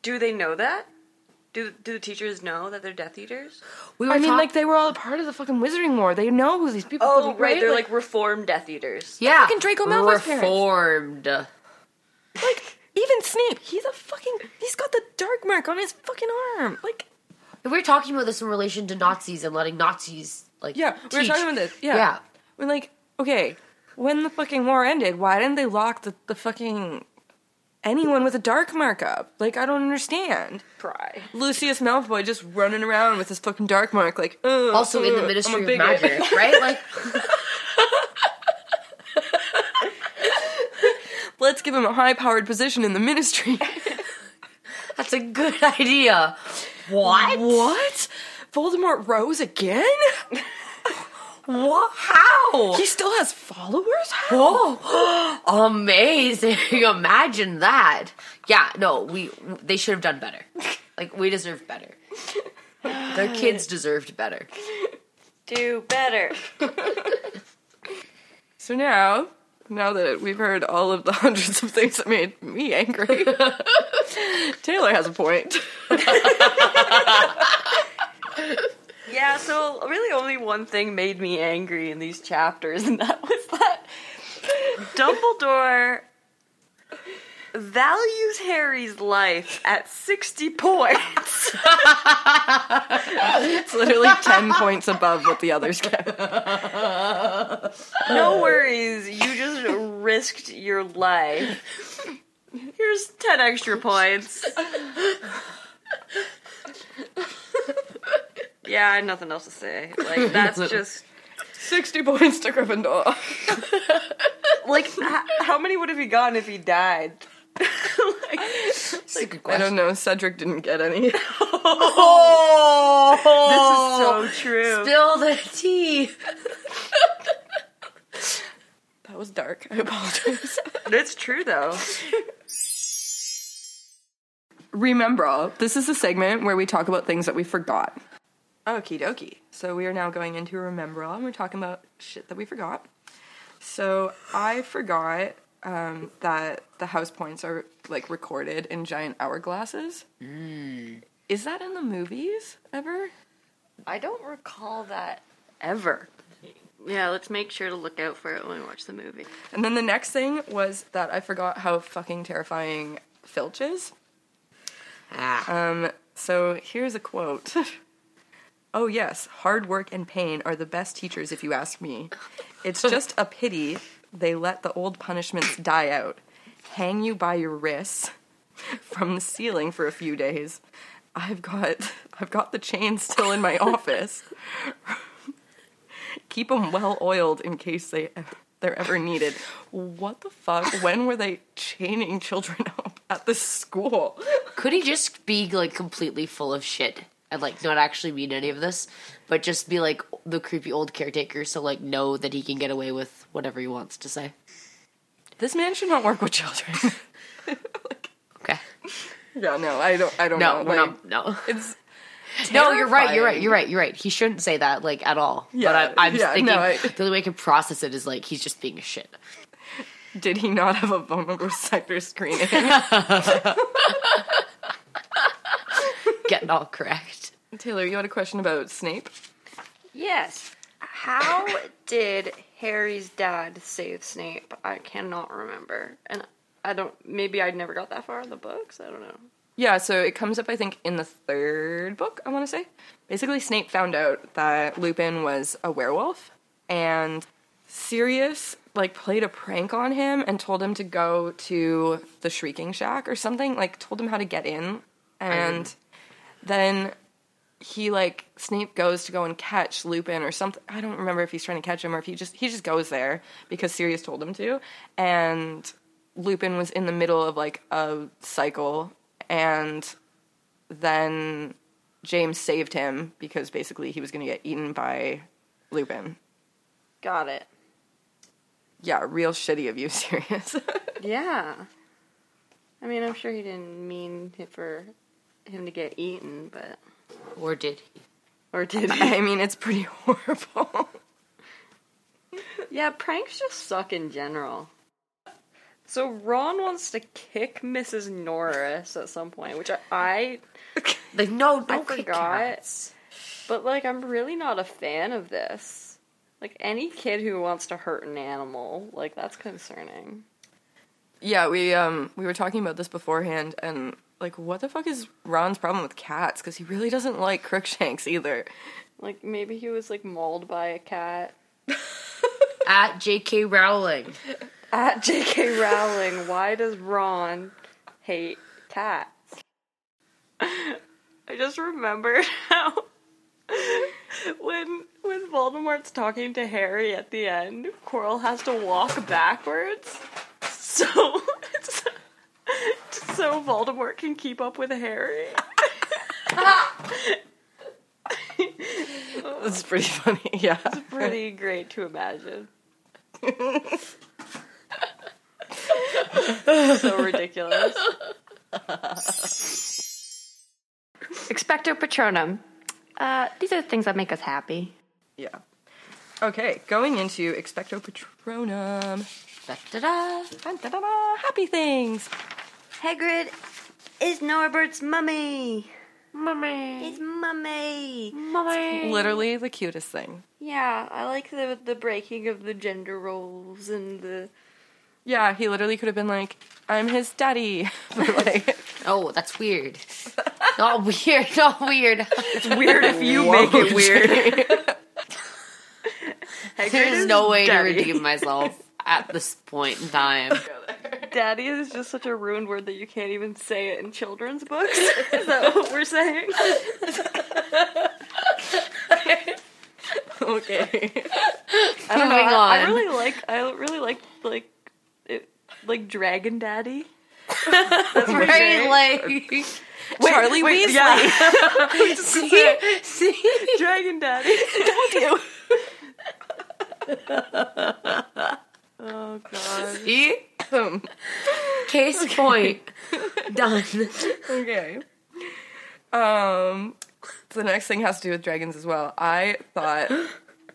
[SPEAKER 2] Do they know that? Do do the teachers know that they're Death Eaters?
[SPEAKER 3] we were
[SPEAKER 1] I mean,
[SPEAKER 3] talk-
[SPEAKER 1] like, they were all a part of the fucking Wizarding War. They know who these people
[SPEAKER 2] Oh, right. They're like reformed Death Eaters.
[SPEAKER 3] yeah,
[SPEAKER 1] fucking Draco Malfoy's parents.
[SPEAKER 3] reformed.
[SPEAKER 1] like, even Snape, he's a fucking, he's got the dark mark on his fucking arm. Like,
[SPEAKER 3] We were talking about this in relation to Nazis and letting Nazis like
[SPEAKER 1] Yeah, we were
[SPEAKER 3] teach.
[SPEAKER 1] talking about this. Yeah.
[SPEAKER 3] Yeah.
[SPEAKER 1] We're like, okay, when the fucking war ended, why didn't they lock the, the fucking anyone with a dark markup? Like, I don't understand.
[SPEAKER 2] Pry.
[SPEAKER 1] Lucius Malfoy just running around with his fucking dark mark, like, ugh,
[SPEAKER 3] Also in
[SPEAKER 1] ugh,
[SPEAKER 3] the
[SPEAKER 1] I'm a
[SPEAKER 3] Ministry of
[SPEAKER 1] bigot.
[SPEAKER 3] Magic, right? Like
[SPEAKER 1] Let's give him a high powered position in the ministry.
[SPEAKER 3] that's a good idea. What?
[SPEAKER 1] what? Voldemort rose again?
[SPEAKER 3] What? How?
[SPEAKER 1] He still has followers? How?
[SPEAKER 3] Oh, amazing! Imagine that. Yeah, no, we they should have done better. Like we deserve better. Their kids deserved better.
[SPEAKER 2] Do better.
[SPEAKER 1] So now, now that we've heard all of the hundreds of things that made me angry, Taylor has a point.
[SPEAKER 2] Yeah, so really only one thing made me angry in these chapters, and that was that Dumbledore values Harry's life at 60 points.
[SPEAKER 1] It's literally 10 points above what the others get.
[SPEAKER 2] No worries, you just risked your life. Here's 10 extra points. Yeah, I had nothing else to say. Like, that's just.
[SPEAKER 1] 60 points to Gryffindor.
[SPEAKER 2] Like, h- how many would have he gotten if he died? like,
[SPEAKER 3] It's a good
[SPEAKER 1] I
[SPEAKER 3] question.
[SPEAKER 1] don't know, Cedric didn't get any.
[SPEAKER 3] Oh,
[SPEAKER 2] This is so true.
[SPEAKER 3] spill the tea.
[SPEAKER 1] That was dark. I apologize.
[SPEAKER 2] it's true though.
[SPEAKER 1] Remember all. This is a segment where we talk about things that we forgot. Okie dokie. So we are now going into Remember all and we're talking about shit that we forgot. So I forgot um, that the house points are like recorded in giant hourglasses. Is that in the movies ever?
[SPEAKER 2] I don't recall that ever. Yeah, let's make sure to look out for it when we watch the movie.
[SPEAKER 1] And then the next thing was that I forgot how fucking terrifying Filch is.
[SPEAKER 3] Ah,
[SPEAKER 1] Um, so here's a quote. oh yes, hard work and pain are the best teachers if you ask me. It's just a pity they let the old punishments die out. Hang you by your wrists from the ceiling for a few days. I've got I've got the chain still in my office. Keep them well oiled in case they ever, they're ever needed. What the fuck? When were they chaining children up at the school?
[SPEAKER 3] could he just be like completely full of shit and like not actually mean any of this, but just be like the creepy old caretaker, so like know that he can get away with whatever he wants to say.
[SPEAKER 1] This man should not work with children. like,
[SPEAKER 3] Okay.
[SPEAKER 1] yeah, no, I don't. I don't
[SPEAKER 3] No,
[SPEAKER 1] know.
[SPEAKER 3] we're
[SPEAKER 1] like,
[SPEAKER 3] not. No.
[SPEAKER 1] It's
[SPEAKER 3] No, you're right. You're right.
[SPEAKER 1] terrifying.
[SPEAKER 3] You're right. You're right. He shouldn't say that, like at all.
[SPEAKER 1] Yeah,
[SPEAKER 3] but I, I'm just
[SPEAKER 1] yeah,
[SPEAKER 3] thinking
[SPEAKER 1] no, I-
[SPEAKER 3] the only way I can process it is like he's just being a shit.
[SPEAKER 1] Did he not have a vulnerable sector screening?
[SPEAKER 3] Getting all correct.
[SPEAKER 1] Taylor, you had a question about Snape.
[SPEAKER 2] Yes. How did Harry's dad save Snape? I cannot remember. And I don't, maybe I never got that far in the books. I don't know.
[SPEAKER 1] Yeah, so it comes up, I think, in the third book, I want to say. Basically, Snape found out that Lupin was a werewolf, and Sirius, like, played a prank on him and told him to go to the Shrieking Shack or something, like, told him how to get in. And then he, like, Snape goes to go and catch Lupin or something. I don't remember if he's trying to catch him or if he just, he just goes there because Sirius told him to. And Lupin was in the middle of like a cycle, and then James saved him because basically he was going to get eaten by Lupin.
[SPEAKER 2] Got it.
[SPEAKER 1] Yeah, real shitty of you, Sirius.
[SPEAKER 2] Yeah. I mean, I'm sure he didn't mean it for him to get eaten, but.
[SPEAKER 3] Or did he?
[SPEAKER 2] Or did he?
[SPEAKER 1] I mean, it's pretty horrible.
[SPEAKER 2] yeah, pranks just suck in general. So Ron wants to kick Mrs. Norris at some point, which I, I
[SPEAKER 3] Like no,
[SPEAKER 2] I
[SPEAKER 3] don't kick
[SPEAKER 2] forgot.
[SPEAKER 3] cats.
[SPEAKER 2] But like, I'm really not a fan of this. Like any kid who wants to hurt an animal, like that's concerning.
[SPEAKER 1] Yeah, we um we were talking about this beforehand, and like, what the fuck is Ron's problem with cats? Because he really doesn't like Crookshanks either.
[SPEAKER 2] Like maybe he was like mauled by a cat.
[SPEAKER 3] At J.K. Rowling.
[SPEAKER 2] At J.K. Rowling, why does Ron hate cats? I just remembered how when when Voldemort's talking to Harry at the end, Quirrell has to walk backwards. So it's, so Voldemort can keep up with Harry.
[SPEAKER 1] That's pretty funny. Yeah,
[SPEAKER 2] Pretty great to imagine. so ridiculous.
[SPEAKER 4] Expecto Patronum. Uh, these are the things that make us happy.
[SPEAKER 1] yeah. Okay, going into Expecto Patronum.
[SPEAKER 3] Da-da-da.
[SPEAKER 1] Dun, dun, dun, dun, happy things.
[SPEAKER 5] Hagrid is Norbert's mummy. Mummy. It's mummy.
[SPEAKER 1] Literally the cutest thing.
[SPEAKER 2] Yeah, I like the the breaking of the gender roles and the
[SPEAKER 1] Yeah, he literally could have been like, I'm his daddy. But like,
[SPEAKER 3] Oh, that's weird. not weird. Not weird.
[SPEAKER 2] weird if you make it weird.
[SPEAKER 3] There is no way to redeem myself at this point in time.
[SPEAKER 2] Daddy is just such a ruined word that you can't even say it in children's books. is that what we're saying?
[SPEAKER 1] okay.
[SPEAKER 2] I don't know.
[SPEAKER 3] Moving
[SPEAKER 2] I, I
[SPEAKER 3] on.
[SPEAKER 2] really like. I really like like it, like Dragon Daddy.
[SPEAKER 3] Very like
[SPEAKER 1] Charlie
[SPEAKER 2] wait,
[SPEAKER 1] Weasley.
[SPEAKER 2] yeah.
[SPEAKER 3] see, see.
[SPEAKER 2] Dragon Daddy. oh god.
[SPEAKER 3] See?
[SPEAKER 1] um,
[SPEAKER 3] Case point. Done.
[SPEAKER 1] Okay. Um, so the next thing has to do with dragons as well. I thought,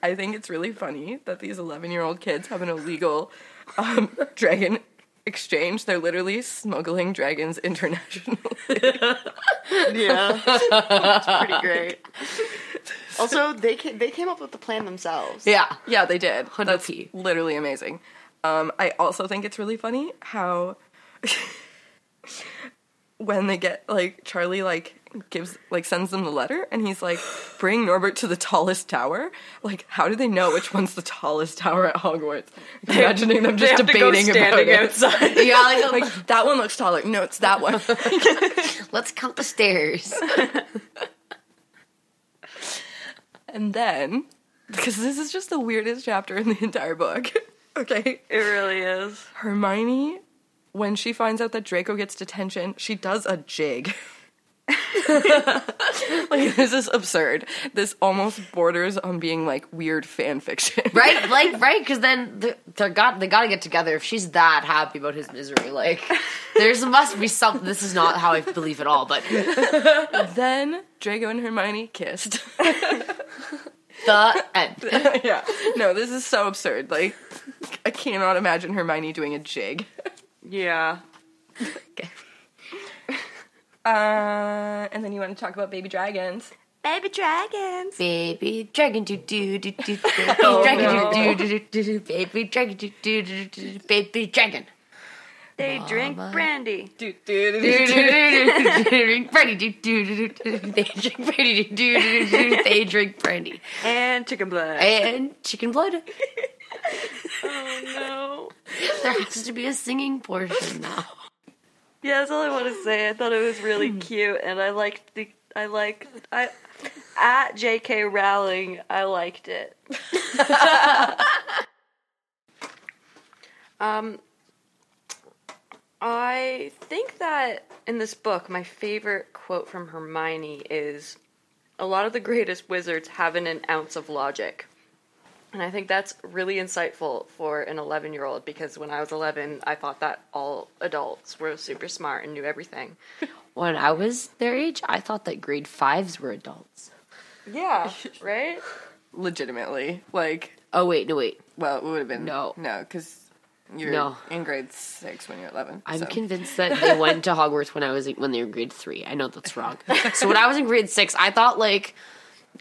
[SPEAKER 1] I think it's really funny that these 11 year old kids have an illegal um, dragon exchange. They're literally smuggling dragons internationally.
[SPEAKER 2] Yeah, it's pretty great. Also, they ca- they came up with the plan themselves.
[SPEAKER 3] Yeah.
[SPEAKER 1] Yeah, they did. That's
[SPEAKER 3] 100p.
[SPEAKER 1] literally amazing. Um, I also think it's really funny how when they get like Charlie like gives like sends them the letter and he's like bring Norbert to the tallest tower. Like how do they know which one's the tallest tower at Hogwarts? Imagining them just debating about it.
[SPEAKER 2] outside.
[SPEAKER 3] Yeah, like,
[SPEAKER 1] Like that one looks taller. No, it's that one.
[SPEAKER 3] let's count the stairs.
[SPEAKER 1] and then because this is just the weirdest chapter in the entire book. Okay.
[SPEAKER 2] It really is.
[SPEAKER 1] Hermione, when she finds out that Draco gets detention, she does a jig. Like this is absurd. This almost borders on being like weird fan fiction.
[SPEAKER 3] Right, like right, because then the- they're got they got to get together. If she's that happy about his misery, like there's must be something. This is not how I believe at all, but
[SPEAKER 1] Then Draco and Hermione kissed.
[SPEAKER 3] the end.
[SPEAKER 1] yeah. No, this is so absurd. Like I cannot imagine Hermione doing a jig.
[SPEAKER 2] Yeah.
[SPEAKER 1] Uh, and then you want to talk about baby dragons.
[SPEAKER 5] Baby dragons.
[SPEAKER 3] Baby dragon do do do do baby dragon do do do do do baby dragon do do do do do baby dragon.
[SPEAKER 5] They drink brandy.
[SPEAKER 1] Do, do, do, do, do.
[SPEAKER 3] They drink brandy. do, do, do, do, do. They drink brandy
[SPEAKER 2] And chicken blood.
[SPEAKER 3] and chicken blood.
[SPEAKER 2] no.
[SPEAKER 3] There has to be a singing portion now.
[SPEAKER 2] Yeah, that's all I want to say. I thought it was really cute, and I liked the. I like. I at J.K. Rowling. I liked it. um, I think that in this book, my favorite quote from Hermione is, "A lot of the greatest wizards haven't an ounce of logic." And I think that's really insightful for an 11 year old because when I was 11, I thought that all adults were super smart and knew everything.
[SPEAKER 3] When I was their age, I thought that grade fives were adults.
[SPEAKER 2] Yeah, right?
[SPEAKER 1] Legitimately, like,
[SPEAKER 3] Oh wait, no wait.
[SPEAKER 1] well, it would have been
[SPEAKER 3] No.
[SPEAKER 1] no, because you're
[SPEAKER 3] No.
[SPEAKER 1] in grade six when you're eleven.
[SPEAKER 3] I'm
[SPEAKER 1] so.
[SPEAKER 3] convinced that they went to Hogwarts when I was when they were grade three. I know that's wrong. so when I was in grade six, I thought like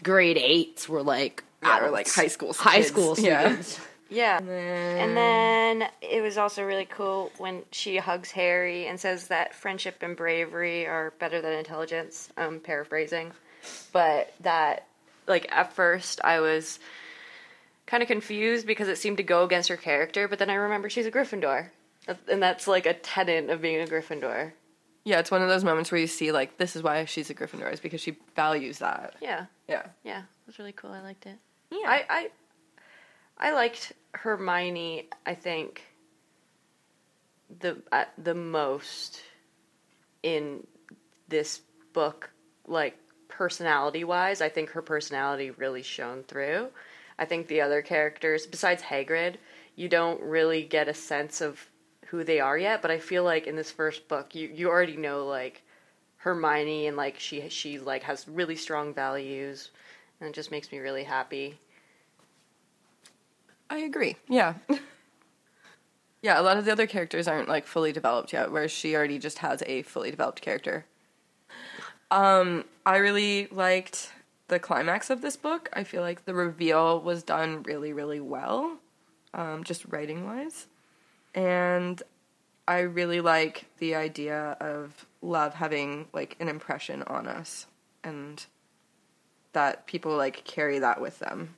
[SPEAKER 3] grade eights were like
[SPEAKER 1] Yeah, or, like
[SPEAKER 3] adults.
[SPEAKER 1] high school,
[SPEAKER 3] high
[SPEAKER 1] kids.
[SPEAKER 3] school students.
[SPEAKER 2] Yeah.
[SPEAKER 5] And then it was also really cool when she hugs Harry and says that friendship and bravery are better than intelligence.
[SPEAKER 2] I'm paraphrasing. But that, like, at first I was kind of confused because it seemed to go against her character, but then I remember she's a Gryffindor. And that's like a tenet of being a Gryffindor.
[SPEAKER 1] Yeah, it's one of those moments where you see like this is why she's a Gryffindor is because she values that.
[SPEAKER 2] Yeah.
[SPEAKER 1] Yeah.
[SPEAKER 2] Yeah, it was really cool. I liked it. Yeah, I I, I liked Hermione. I think the uh, the most in this book, like personality wise, I think her personality really shone through. I think the other characters, besides Hagrid, you don't really get a sense of who they are yet. But I feel like in this first book, you you already know like Hermione and like she she like has really strong values, and it just makes me really happy.
[SPEAKER 1] I agree. Yeah. yeah, a lot of the other characters aren't like fully developed yet, whereas she already just has a fully developed character. Um, I really liked the climax of this book. I feel like the reveal was done really, really well, um, just writing wise. And I really like the idea of love having like an impression on us and that people like carry that with them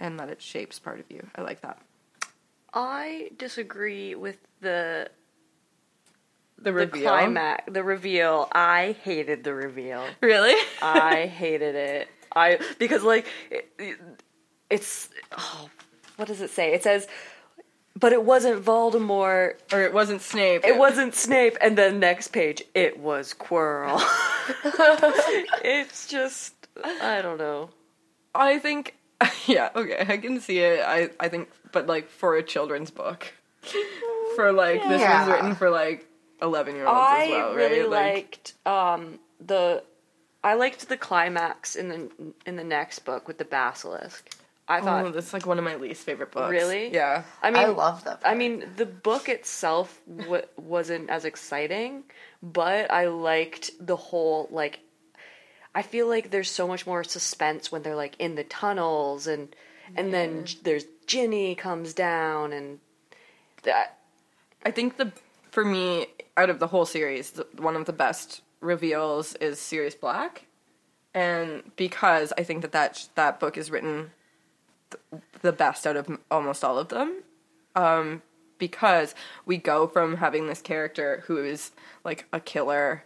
[SPEAKER 1] and that it shapes part of you. I like that.
[SPEAKER 2] I disagree with the
[SPEAKER 1] The
[SPEAKER 2] the climax, the reveal. I hated the reveal.
[SPEAKER 1] Really?
[SPEAKER 2] I hated it. I because like it, it- it's oh, what does it say? It says, but it wasn't Voldemort.
[SPEAKER 1] or it wasn't Snape.
[SPEAKER 2] It wasn't Snape. And then next page, it was Quirrell. it's just I don't know.
[SPEAKER 1] I think. Yeah. Okay. I can see it. I. I think. But like for a children's book, for like this was written for like eleven year olds
[SPEAKER 2] I
[SPEAKER 1] as well,
[SPEAKER 2] really
[SPEAKER 1] right?
[SPEAKER 2] liked um, the. I liked the climax in the in the next book with the basilisk. I thought
[SPEAKER 1] Oh, that's like one of my least favorite books.
[SPEAKER 2] Really?
[SPEAKER 1] Yeah.
[SPEAKER 2] I mean,
[SPEAKER 3] I love that
[SPEAKER 2] I mean, the book itself w- wasn't as exciting, but I liked the whole like. I feel like there's so much more suspense when they're like in the tunnels and and then j- there's Ginny comes down and that
[SPEAKER 1] I think the for me out of the whole series, the, one of the best reveals is Sirius Black, and because I think that that that book is written th- the best out of m- almost all of them, um, because we go from having this character who is like a killer.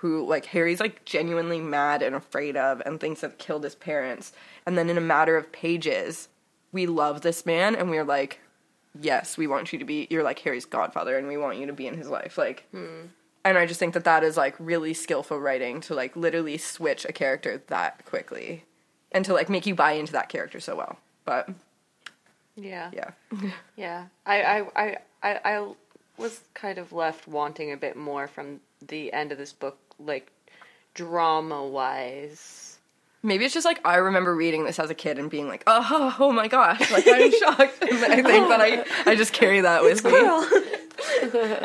[SPEAKER 1] Who like Harry's like genuinely mad and afraid of and thinks that killed his parents, and then in a matter of pages, we love this man and we're like, yes, we want you to be, you're like Harry's godfather and we want you to be in his life. Like, And I just think that that is like really skillful writing to like literally switch a character that quickly and to like make you buy into that character so well. But
[SPEAKER 2] Yeah.
[SPEAKER 1] yeah.
[SPEAKER 2] Yeah, I, I, I, I, I was kind of left wanting a bit more from the end of this book, like drama wise.
[SPEAKER 1] Maybe it's just like I remember reading this as a kid and being like, oh, oh my gosh, like I'm shocked. And I think that I, I just carry that with me.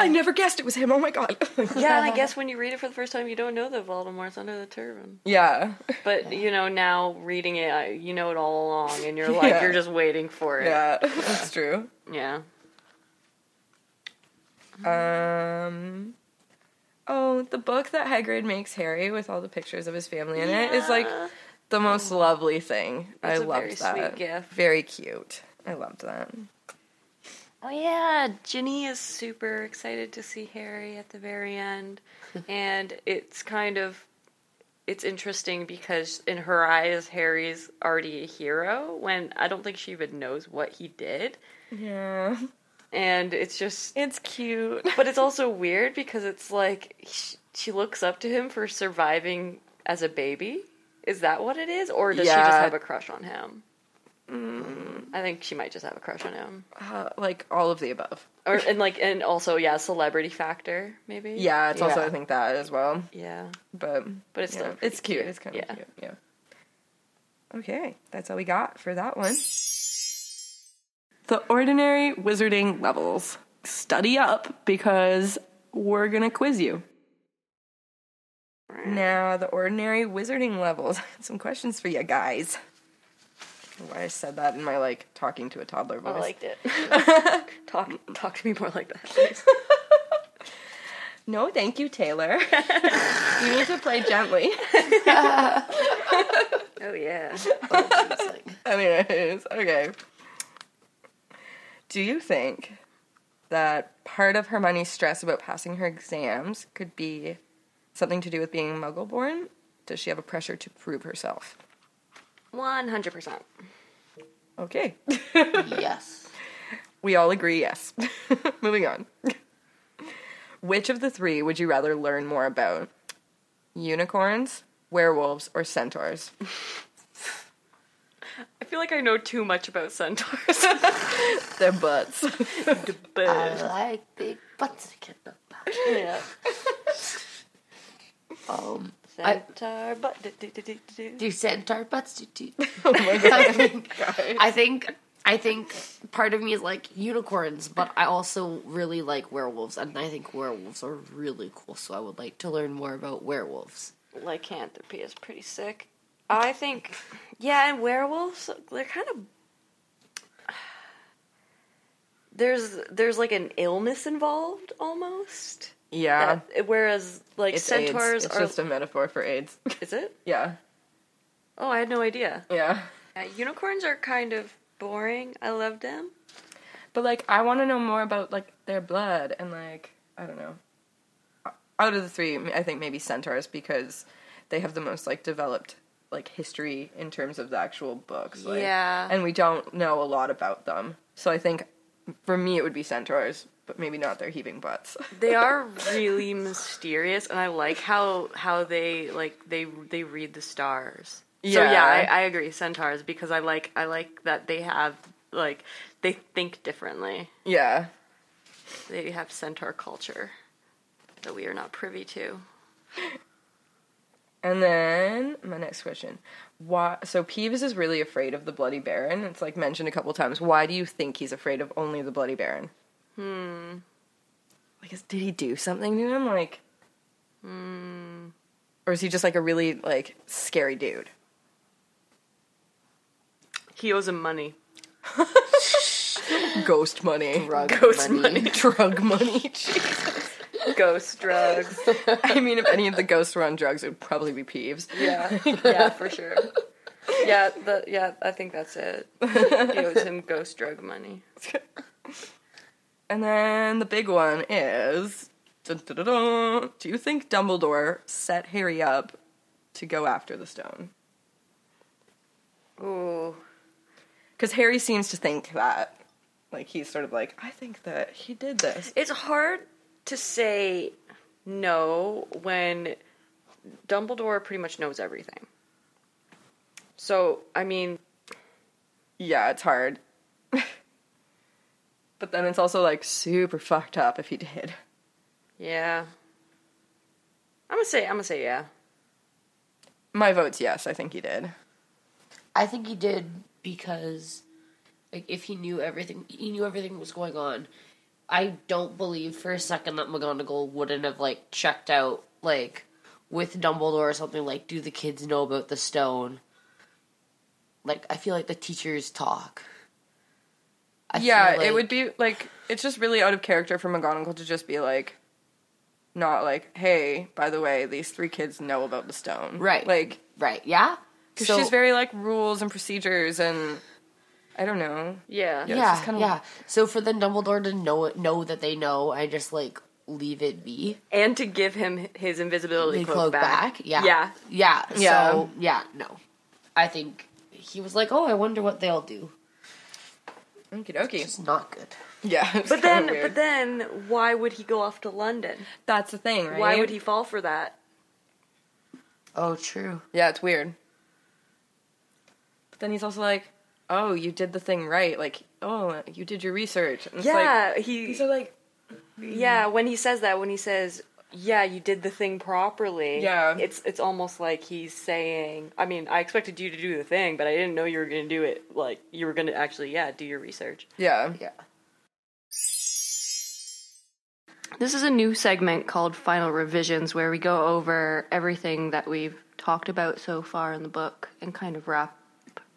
[SPEAKER 1] I never guessed it was him. Oh my god.
[SPEAKER 2] Yeah, and I guess when you read it for the first time, you don't know that Voldemort's under the turban.
[SPEAKER 1] yeah.
[SPEAKER 2] But you know, now reading it, I- you know it all along, and you're like,
[SPEAKER 1] Yeah.
[SPEAKER 2] you're just waiting for it.
[SPEAKER 1] Yeah. That's true.
[SPEAKER 2] yeah.
[SPEAKER 1] Um Oh, the book that Hagrid makes Harry with all the pictures of his family in it is like the most lovely thing.
[SPEAKER 2] It's
[SPEAKER 1] I
[SPEAKER 2] a
[SPEAKER 1] loved
[SPEAKER 2] very
[SPEAKER 1] that.
[SPEAKER 2] sweet gift.
[SPEAKER 1] Very cute. I loved that.
[SPEAKER 2] Oh yeah, Ginny is super excited to see Harry at the very end, and it's kind of it's interesting because in her eyes Harry's already a hero when I don't think she even knows what he did,
[SPEAKER 1] Yeah.
[SPEAKER 2] and it's just
[SPEAKER 1] It's cute.
[SPEAKER 2] but it's also weird because it's like she, she looks up to him for surviving as a baby. Is that what it is, or does she just
[SPEAKER 1] Yeah. Mm.
[SPEAKER 2] have a crush on him? I think she might just have a crush on him
[SPEAKER 1] Uh, like all of the above.
[SPEAKER 2] or and like and also yeah celebrity factor maybe
[SPEAKER 1] Yeah, it's also
[SPEAKER 2] Yeah.
[SPEAKER 1] I think that as well.
[SPEAKER 2] yeah
[SPEAKER 1] But
[SPEAKER 2] but it's
[SPEAKER 1] yeah,
[SPEAKER 2] still
[SPEAKER 1] it's cute. It's kind of
[SPEAKER 2] Yeah.
[SPEAKER 1] cute. Yeah. Okay, that's all we got for that one. The ordinary wizarding levels. Study up because we're going to quiz you. Now, the ordinary wizarding levels. I had some questions for you guys. I don't know Why I said that in my like talking to a toddler voice.
[SPEAKER 2] I liked it talk talk to me more like that
[SPEAKER 1] No, thank you, Taylor. you need to play gently.
[SPEAKER 2] oh yeah
[SPEAKER 1] Anyways, okay. Do you think that part of Hermione's stress about passing her exams could be something to do with being muggle born? Does she have a pressure to prove herself?
[SPEAKER 2] one hundred percent
[SPEAKER 1] Okay.
[SPEAKER 3] yes.
[SPEAKER 1] We all agree, yes. Moving on. Which of the three would you rather learn more about? Unicorns, werewolves, or centaurs?
[SPEAKER 2] I feel like I know too much about centaurs
[SPEAKER 1] Uh, Their butts.
[SPEAKER 2] but
[SPEAKER 3] I like big butts. Get the butt.
[SPEAKER 2] yeah
[SPEAKER 3] Um, I-
[SPEAKER 2] centaur but do, do, do, do, do.
[SPEAKER 3] do centaur butts. Do, do.
[SPEAKER 1] oh my god.
[SPEAKER 3] I think, I think I think part of me is like unicorns, but I also really like werewolves, and I think werewolves are really cool. So I would like to learn more about werewolves.
[SPEAKER 2] lycanthropy is pretty sick I think yeah and werewolves they're kind of there's there's like an illness involved almost
[SPEAKER 1] Yeah.
[SPEAKER 2] That- whereas like
[SPEAKER 1] It's AIDS.
[SPEAKER 2] centaurs
[SPEAKER 1] It's
[SPEAKER 2] are
[SPEAKER 1] just a metaphor for AIDS.
[SPEAKER 2] is it?
[SPEAKER 1] yeah.
[SPEAKER 2] Oh, I had no idea.
[SPEAKER 1] Yeah.
[SPEAKER 2] Yeah, unicorns are kind of boring. I love them.
[SPEAKER 1] But like, I want to know more about like their blood and like I don't know. Out of the three, I think maybe centaurs because they have the most like developed like history in terms of the actual books. Like,
[SPEAKER 2] Yeah.
[SPEAKER 1] and we don't know a lot about them, so I think for me it would be centaurs, but maybe not their heaving butts.
[SPEAKER 2] They are really mysterious, and I like how how they like they they read the stars. So yeah,
[SPEAKER 1] Yeah.
[SPEAKER 2] I, I agree. Centaurs because I like I like that they have like they think differently.
[SPEAKER 1] yeah,
[SPEAKER 2] They have centaur culture that we are not privy to.
[SPEAKER 1] And then my next question: Why? So Peeves is really afraid of the Bloody Baron. It's like mentioned a couple times. Why do you think he's afraid of only the Bloody Baron? Hmm. Like, is, did he do something to him? Like, hmm. Or is he just like a really like scary dude?
[SPEAKER 2] He owes him money.
[SPEAKER 1] Ghost money,
[SPEAKER 3] Drug
[SPEAKER 2] Ghost
[SPEAKER 3] money.
[SPEAKER 1] drug money. Jeez.
[SPEAKER 2] Ghost drugs.
[SPEAKER 1] I mean, if any of the ghosts were on drugs, it would probably be Peeves.
[SPEAKER 2] Yeah, yeah, for sure. Yeah, the, yeah, I think that's it. He owes him ghost drug money.
[SPEAKER 1] And then the big one is dun, dun, dun, dun. Do you think Dumbledore set Harry up to go after the stone?
[SPEAKER 2] Ooh,
[SPEAKER 1] Because Harry seems to think that. Like, he's sort of like, I think that he did this.
[SPEAKER 2] it's hard to say no when Dumbledore pretty much knows everything. So, I mean,
[SPEAKER 1] Yeah, it's hard. but then it's also like super fucked up if he did.
[SPEAKER 2] yeah. I'm gonna say I'm gonna say yeah.
[SPEAKER 1] My vote's yes, I think he did.
[SPEAKER 3] I think he did because like if he knew everything he knew everything was going on. I don't believe for a second that McGonagall wouldn't have like checked out like with Dumbledore or something like do the kids know about the stone? Like I feel like the teachers talk. I
[SPEAKER 1] yeah,
[SPEAKER 3] feel
[SPEAKER 1] it
[SPEAKER 3] like-
[SPEAKER 1] would be like it's just really out of character for McGonagall to just be like not like, "Hey, by the way, these three kids know about the stone."
[SPEAKER 3] Right.
[SPEAKER 1] Like
[SPEAKER 3] right, yeah?
[SPEAKER 1] 'cause she's very like rules and procedures and I don't know.
[SPEAKER 2] Yeah.
[SPEAKER 1] Yeah. it's
[SPEAKER 3] yeah,
[SPEAKER 1] just kinda-
[SPEAKER 3] yeah. So for then Dumbledore to know it, know that they know, I just like leave it be.
[SPEAKER 2] And to give him his invisibility
[SPEAKER 3] They
[SPEAKER 2] cloak,
[SPEAKER 3] cloak
[SPEAKER 2] back.
[SPEAKER 3] back. Yeah.
[SPEAKER 2] Yeah.
[SPEAKER 3] Yeah.
[SPEAKER 1] Yeah.
[SPEAKER 3] So yeah, no. I think he was like, Oh, I wonder what they'll do.
[SPEAKER 1] Okie dokie.
[SPEAKER 3] It's not good.
[SPEAKER 1] Yeah. it's
[SPEAKER 2] But
[SPEAKER 1] kinda
[SPEAKER 2] then
[SPEAKER 1] weird.
[SPEAKER 2] but then why would he go off to London?
[SPEAKER 1] that's the thing, right?
[SPEAKER 2] Why would he fall for that?
[SPEAKER 3] Oh true.
[SPEAKER 1] Yeah, it's weird. But then he's also like, "Oh, you did the thing right. Like, oh, you did your research." And it's like,
[SPEAKER 2] Yeah, he
[SPEAKER 1] these are like,
[SPEAKER 2] Yeah, when he says that, when he says, "Yeah, you did the thing properly."
[SPEAKER 1] Yeah.
[SPEAKER 2] it's it's almost like he's saying, "I mean, I expected you to do the thing, but I didn't know you were going to do it. Like you were going to actually, yeah, do your research."
[SPEAKER 1] yeah,
[SPEAKER 3] Yeah.
[SPEAKER 5] This is a new segment called Final Revisions where we go over everything that we've talked about so far in the book and kind of wrap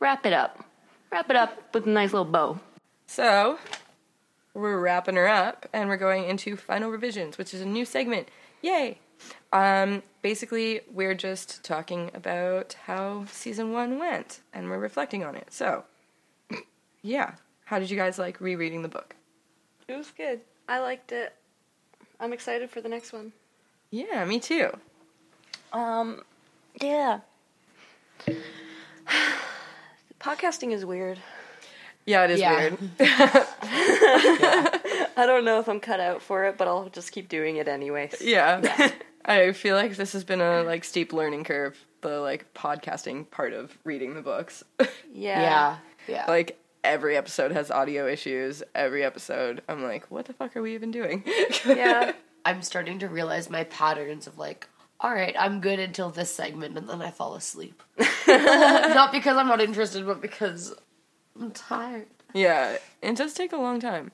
[SPEAKER 5] wrap it up. Wrap it up with a nice little bow.
[SPEAKER 1] So, we're wrapping her up and we're going into final revisions, which is a new segment. Yay! Um, basically, we're just talking about how season one went and we're reflecting on it. So, yeah. How did you guys like rereading the book?
[SPEAKER 2] It was good. I liked it. I'm excited for the next one.
[SPEAKER 1] Yeah, me too.
[SPEAKER 2] Um, yeah. Podcasting is weird.
[SPEAKER 1] Yeah, it is
[SPEAKER 3] Yeah.
[SPEAKER 1] weird.
[SPEAKER 2] I don't know if I'm cut out for it, but I'll just keep doing it anyways.
[SPEAKER 1] Yeah. I feel like this has been a like steep learning curve, the like podcasting part of reading the books.
[SPEAKER 2] Yeah.
[SPEAKER 3] Yeah. Yeah.
[SPEAKER 1] like every episode has audio issues. Every episode I'm like, what the fuck are we even doing?
[SPEAKER 2] Yeah.
[SPEAKER 3] I'm starting to realize my patterns of like, all right, I'm good until this segment and then I fall asleep. not because I'm not interested, but because I'm tired.
[SPEAKER 1] yeah. It does take a long time.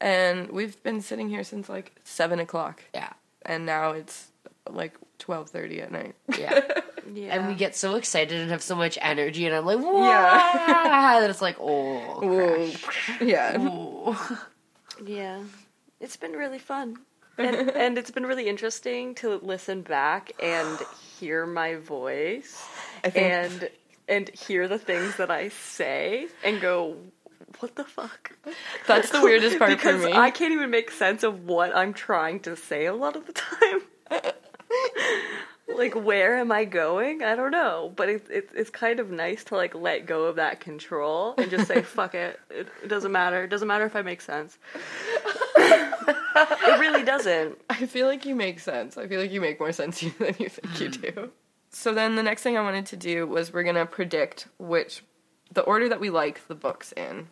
[SPEAKER 1] And we've been sitting here since like seven o'clock.
[SPEAKER 3] Yeah.
[SPEAKER 1] And now it's like twelve thirty at night.
[SPEAKER 3] Yeah.
[SPEAKER 2] yeah.
[SPEAKER 3] And we get so excited and have so much energy and I'm like, Wah!
[SPEAKER 1] Yeah.
[SPEAKER 3] and it's like, oh
[SPEAKER 1] Ooh. Yeah.
[SPEAKER 3] Ooh.
[SPEAKER 2] Yeah. It's been really fun. And, and it's been really interesting to listen back and hear my voice
[SPEAKER 1] I think
[SPEAKER 2] and and hear the things that I say and go what the fuck?
[SPEAKER 1] that's the weirdest part for
[SPEAKER 2] because
[SPEAKER 1] me.
[SPEAKER 2] I can't even make sense of what I'm trying to say a lot of the time. like where am I going? I don't know, but it's it's it's kind of nice to like let go of that control and just say fuck it. It, it doesn't matter. It doesn't matter if I make sense. it really doesn't.
[SPEAKER 1] I feel like you make sense. I feel like you make more sense than you think you do. So then the next thing I wanted to do was we're gonna predict which the order that we like the books in.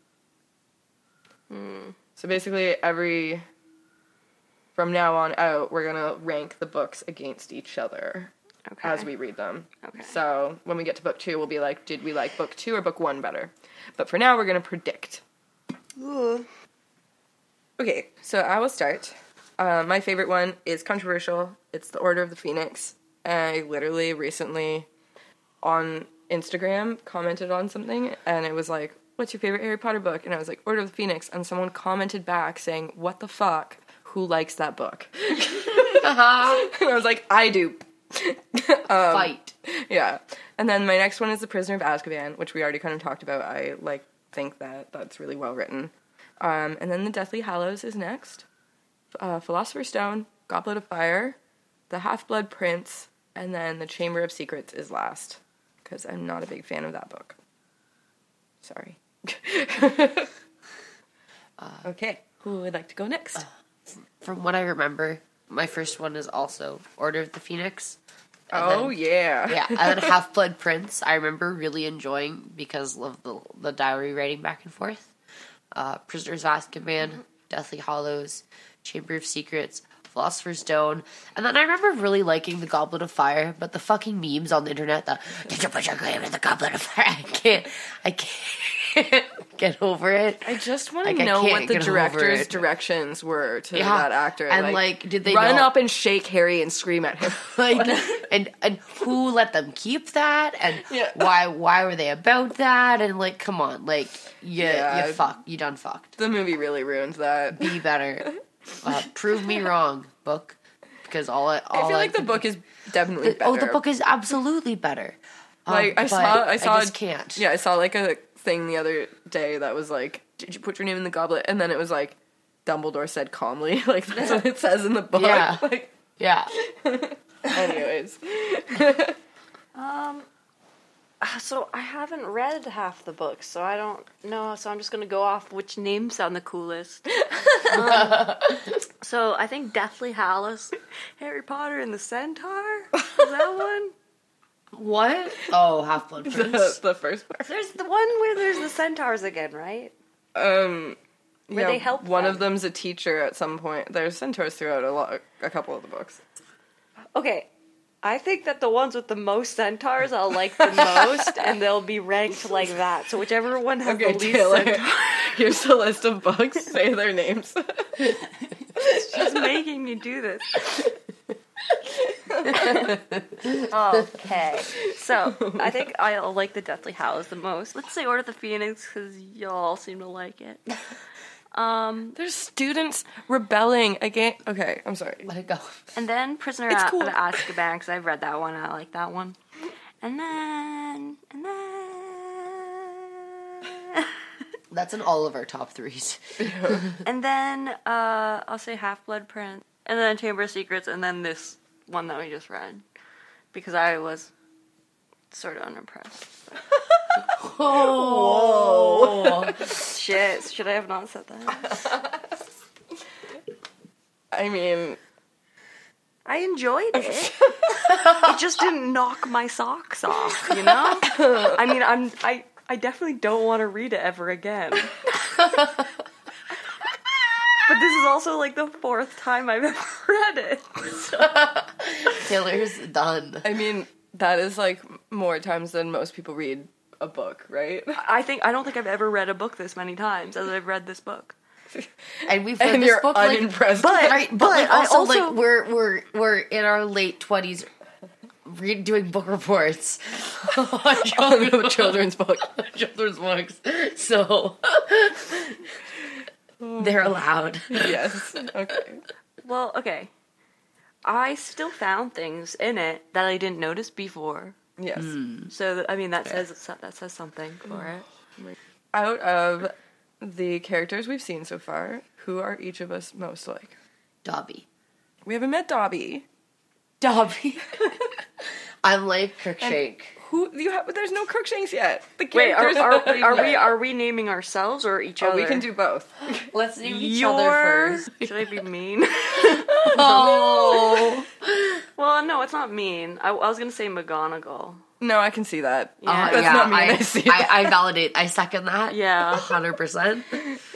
[SPEAKER 1] So basically every from now on out we're gonna rank the books against each other
[SPEAKER 2] Okay.
[SPEAKER 1] as we read them. Okay. So when we get to book two we'll be like, did we like book two or book one better? But for now we're gonna predict. Okay, so I will start. Uh, my favorite one is controversial. It's the Order of the Phoenix. I literally recently on Instagram commented on something, and it was like, "What's your favorite Harry Potter book?" And I was like, "Order of the Phoenix," and someone commented back saying, "What the fuck? Who likes that book?" and I was like, "I do."
[SPEAKER 3] Fight.
[SPEAKER 1] Yeah. And then my next one is The Prisoner of Azkaban, which we already kind of talked about. I like think that that's really well written. Um, and then The Deathly Hallows is next. Uh, Philosopher's Stone, Goblet of Fire, The Half Blood Prince, and then The Chamber of Secrets is last because I'm not a big fan of that book. Sorry. Uh, okay, who would like to go next?
[SPEAKER 3] From what I remember,
[SPEAKER 5] my first one is also Order of the Phoenix. And
[SPEAKER 1] Oh
[SPEAKER 5] then-
[SPEAKER 1] yeah.
[SPEAKER 5] yeah, and then Half Blood Prince. I remember really enjoying because of the the diary writing back and forth. Uh, Prisoners of
[SPEAKER 1] Mm-hmm.
[SPEAKER 5] Azkaban, Deathly Hollows, Chamber of Secrets, Philosopher's Stone, and then I remember really liking the Goblet of Fire. But the fucking memes on the internet, the did you put your claim in the Goblet of Fire? I can't, I can't get over it.
[SPEAKER 1] I just want
[SPEAKER 5] Like,
[SPEAKER 1] to
[SPEAKER 5] I
[SPEAKER 1] know what
[SPEAKER 5] can't
[SPEAKER 1] the
[SPEAKER 5] get over
[SPEAKER 1] director's
[SPEAKER 5] it.
[SPEAKER 1] directions were to
[SPEAKER 5] Yeah.
[SPEAKER 1] that actor.
[SPEAKER 5] And, like, did they
[SPEAKER 1] run
[SPEAKER 5] know-
[SPEAKER 1] up and shake Harry and scream at him?
[SPEAKER 5] like and and who let them keep that and
[SPEAKER 1] Yeah.
[SPEAKER 5] why why were they about that and like come on like you
[SPEAKER 1] Yeah.
[SPEAKER 5] you fuck you done fucked
[SPEAKER 1] the movie really ruined that.
[SPEAKER 5] be better uh, prove me wrong book because all I all
[SPEAKER 1] I feel like the
[SPEAKER 5] could-
[SPEAKER 1] book is definitely
[SPEAKER 5] oh the
[SPEAKER 1] better.
[SPEAKER 5] book is absolutely better Um,
[SPEAKER 1] Like I
[SPEAKER 5] but
[SPEAKER 1] saw, I saw.
[SPEAKER 5] just can't
[SPEAKER 1] Yeah, I saw like a thing the other day that was like, "Did you put your name in the goblet?" And then it was like, Dumbledore said calmly, like that's what it says in the book.
[SPEAKER 5] Yeah.
[SPEAKER 1] Like,
[SPEAKER 5] yeah
[SPEAKER 1] anyways,
[SPEAKER 2] Um, So I haven't read half the books, so I don't know. So I'm just gonna go off which names sound the coolest. Um, so I think Deathly Hallows, Harry Potter and the Centaur. Is that one?
[SPEAKER 5] what oh half blood
[SPEAKER 1] the,
[SPEAKER 5] prince
[SPEAKER 1] the first part.
[SPEAKER 2] There's the one where there's the centaurs again, right?
[SPEAKER 1] Um,
[SPEAKER 2] Where they help
[SPEAKER 1] One of
[SPEAKER 2] them.
[SPEAKER 1] them's a teacher at some point. There's centaurs throughout a lot, a couple of the books.
[SPEAKER 2] Okay. I think that the ones with the most centaurs I'll like the most, and they'll be ranked like that. So whichever one has
[SPEAKER 1] Okay,
[SPEAKER 2] the least
[SPEAKER 1] Taylor,
[SPEAKER 2] centaurs
[SPEAKER 1] here's the list of books. Say their names.
[SPEAKER 2] is making me do this. okay. So I think I'll like the Deathly Hallows the most. Let's say Order of the Phoenix because y'all seem to like it. Um,
[SPEAKER 1] There's students rebelling again. Okay, I'm sorry.
[SPEAKER 5] let it go
[SPEAKER 2] and then Prisoner
[SPEAKER 1] It's
[SPEAKER 2] of
[SPEAKER 1] cool.
[SPEAKER 2] of Azkaban because I've read that one. I like that one. And then, and then.
[SPEAKER 5] that's in all of our top threes
[SPEAKER 2] And then uh, I'll say Half Blood Prince, and then Chamber of Secrets, and then this one that we just read because I was sort of unimpressed.
[SPEAKER 5] oh
[SPEAKER 2] Shit, should I have not said that?
[SPEAKER 1] I mean,
[SPEAKER 2] I enjoyed it. it just didn't knock my socks off, you know. I mean, I'm I I definitely don't want to read it ever again. but this is also like the fourth time I've ever read it.
[SPEAKER 5] taylor's done
[SPEAKER 1] I mean that is like more times than most people read a book, right?
[SPEAKER 2] I think I don't think I've ever read a book this many times as I've read this book.
[SPEAKER 5] and we've read
[SPEAKER 1] And
[SPEAKER 5] this
[SPEAKER 1] you're
[SPEAKER 5] book like
[SPEAKER 1] unimpressed.
[SPEAKER 5] right, but, like,
[SPEAKER 2] I
[SPEAKER 5] also, like
[SPEAKER 2] also-
[SPEAKER 5] we're we're we're in our late twenties, re- doing book reports on children- children's book, children's books. So they're allowed.
[SPEAKER 1] yes. Okay.
[SPEAKER 2] Well, okay. I still found things in it that I didn't notice before.
[SPEAKER 1] Yes.
[SPEAKER 2] So that, I mean that says that says something for it.
[SPEAKER 1] Out of the characters we've seen so far, who are each of us most like?
[SPEAKER 5] Dobby,
[SPEAKER 1] We haven't met Dobby.
[SPEAKER 5] Dobby. I'm like Kirkshake.
[SPEAKER 1] Who you have? There's no Crookshanks yet. The
[SPEAKER 2] Wait, are,
[SPEAKER 1] characters
[SPEAKER 2] are,
[SPEAKER 1] that we've
[SPEAKER 2] are we
[SPEAKER 1] met.
[SPEAKER 2] are we naming ourselves or each
[SPEAKER 1] Oh,
[SPEAKER 2] other?
[SPEAKER 1] we can do both.
[SPEAKER 5] Let's name each
[SPEAKER 2] your.
[SPEAKER 5] other first.
[SPEAKER 2] Should I be mean?
[SPEAKER 5] Oh,
[SPEAKER 2] well, no, it's not mean. I, I was gonna say McGonagall.
[SPEAKER 1] No, I can see that.
[SPEAKER 2] Yeah.
[SPEAKER 5] Uh,
[SPEAKER 2] That's
[SPEAKER 5] yeah,
[SPEAKER 1] not me, I
[SPEAKER 5] I,
[SPEAKER 1] see
[SPEAKER 5] I, I validate. I second that.
[SPEAKER 2] Yeah.
[SPEAKER 5] hundred percent.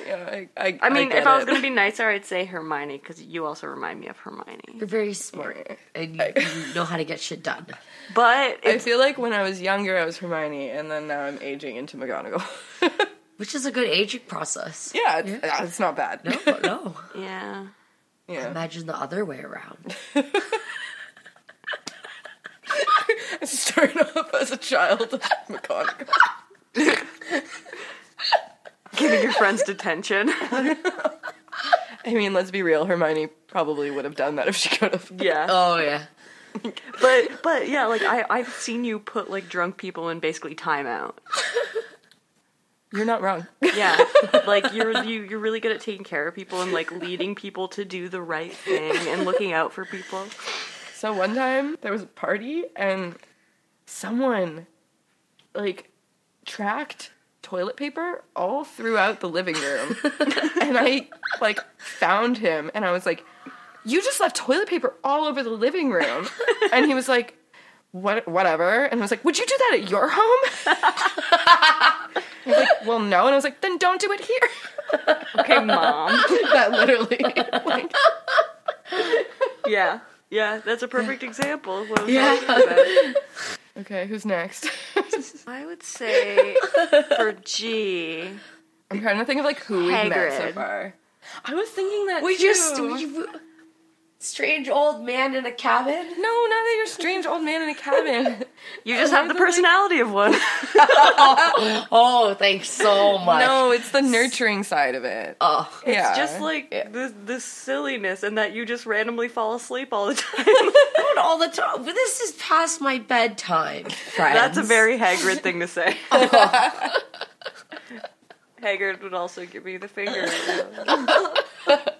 [SPEAKER 1] Yeah, I, I,
[SPEAKER 2] I mean,
[SPEAKER 1] get
[SPEAKER 2] if I was
[SPEAKER 1] it.
[SPEAKER 2] gonna be nicer, I'd say Hermione because you also remind me of Hermione.
[SPEAKER 5] You're very smart, and you, you know how to get shit done.
[SPEAKER 2] But
[SPEAKER 1] I
[SPEAKER 2] it's,
[SPEAKER 1] feel like when I was younger, I was Hermione, and then now I'm aging into McGonagall.
[SPEAKER 5] Which is a good aging process.
[SPEAKER 1] yeah, it's, uh, it's not bad.
[SPEAKER 5] No, no.
[SPEAKER 2] yeah.
[SPEAKER 1] Yeah.
[SPEAKER 5] Imagine the other way around.
[SPEAKER 1] Starting off as a child, McGonagall.
[SPEAKER 2] Giving your friends detention.
[SPEAKER 1] I mean, let's be real. Hermione probably would have done that if she could have.
[SPEAKER 2] yeah.
[SPEAKER 5] Oh yeah.
[SPEAKER 2] But but yeah, like I I've seen you put like drunk people in basically timeout.
[SPEAKER 1] You're not wrong.
[SPEAKER 2] Yeah, like you're you, you're really good at taking care of people and like leading people to do the right thing and looking out for people.
[SPEAKER 1] So one time there was a party and someone like tracked toilet paper all throughout the living room. and I like found him and I was like, you just left toilet paper all over the living room. and he was like, what, whatever. And I was like, would you do that at your home? he was like, well, no. And I was like, then don't do it here.
[SPEAKER 5] Okay, mom.
[SPEAKER 1] that literally. Like,
[SPEAKER 2] Yeah. Yeah, that's a perfect example. of what I'm
[SPEAKER 3] Yeah.
[SPEAKER 2] talking about.
[SPEAKER 1] okay, who's next?
[SPEAKER 5] I would say for G.
[SPEAKER 1] I'm trying to think of like who we've met so
[SPEAKER 5] Hagrid.
[SPEAKER 1] far. I was thinking that
[SPEAKER 3] We
[SPEAKER 1] too.
[SPEAKER 3] just we, strange old man in a cabin.
[SPEAKER 1] no, not that you're strange old man in a cabin.
[SPEAKER 2] You just have the personality of one.
[SPEAKER 3] Oh, thanks so much.
[SPEAKER 1] no, it's the nurturing side of it.
[SPEAKER 5] Uh,
[SPEAKER 3] Oh,
[SPEAKER 1] yeah,
[SPEAKER 2] It's just like this, this silliness and that you just randomly fall asleep all the time.
[SPEAKER 3] not all the time. But this is past my bedtime. Friends.
[SPEAKER 2] That's a very Hagrid thing to say.
[SPEAKER 3] Oh.
[SPEAKER 2] Hagrid would also give me the finger.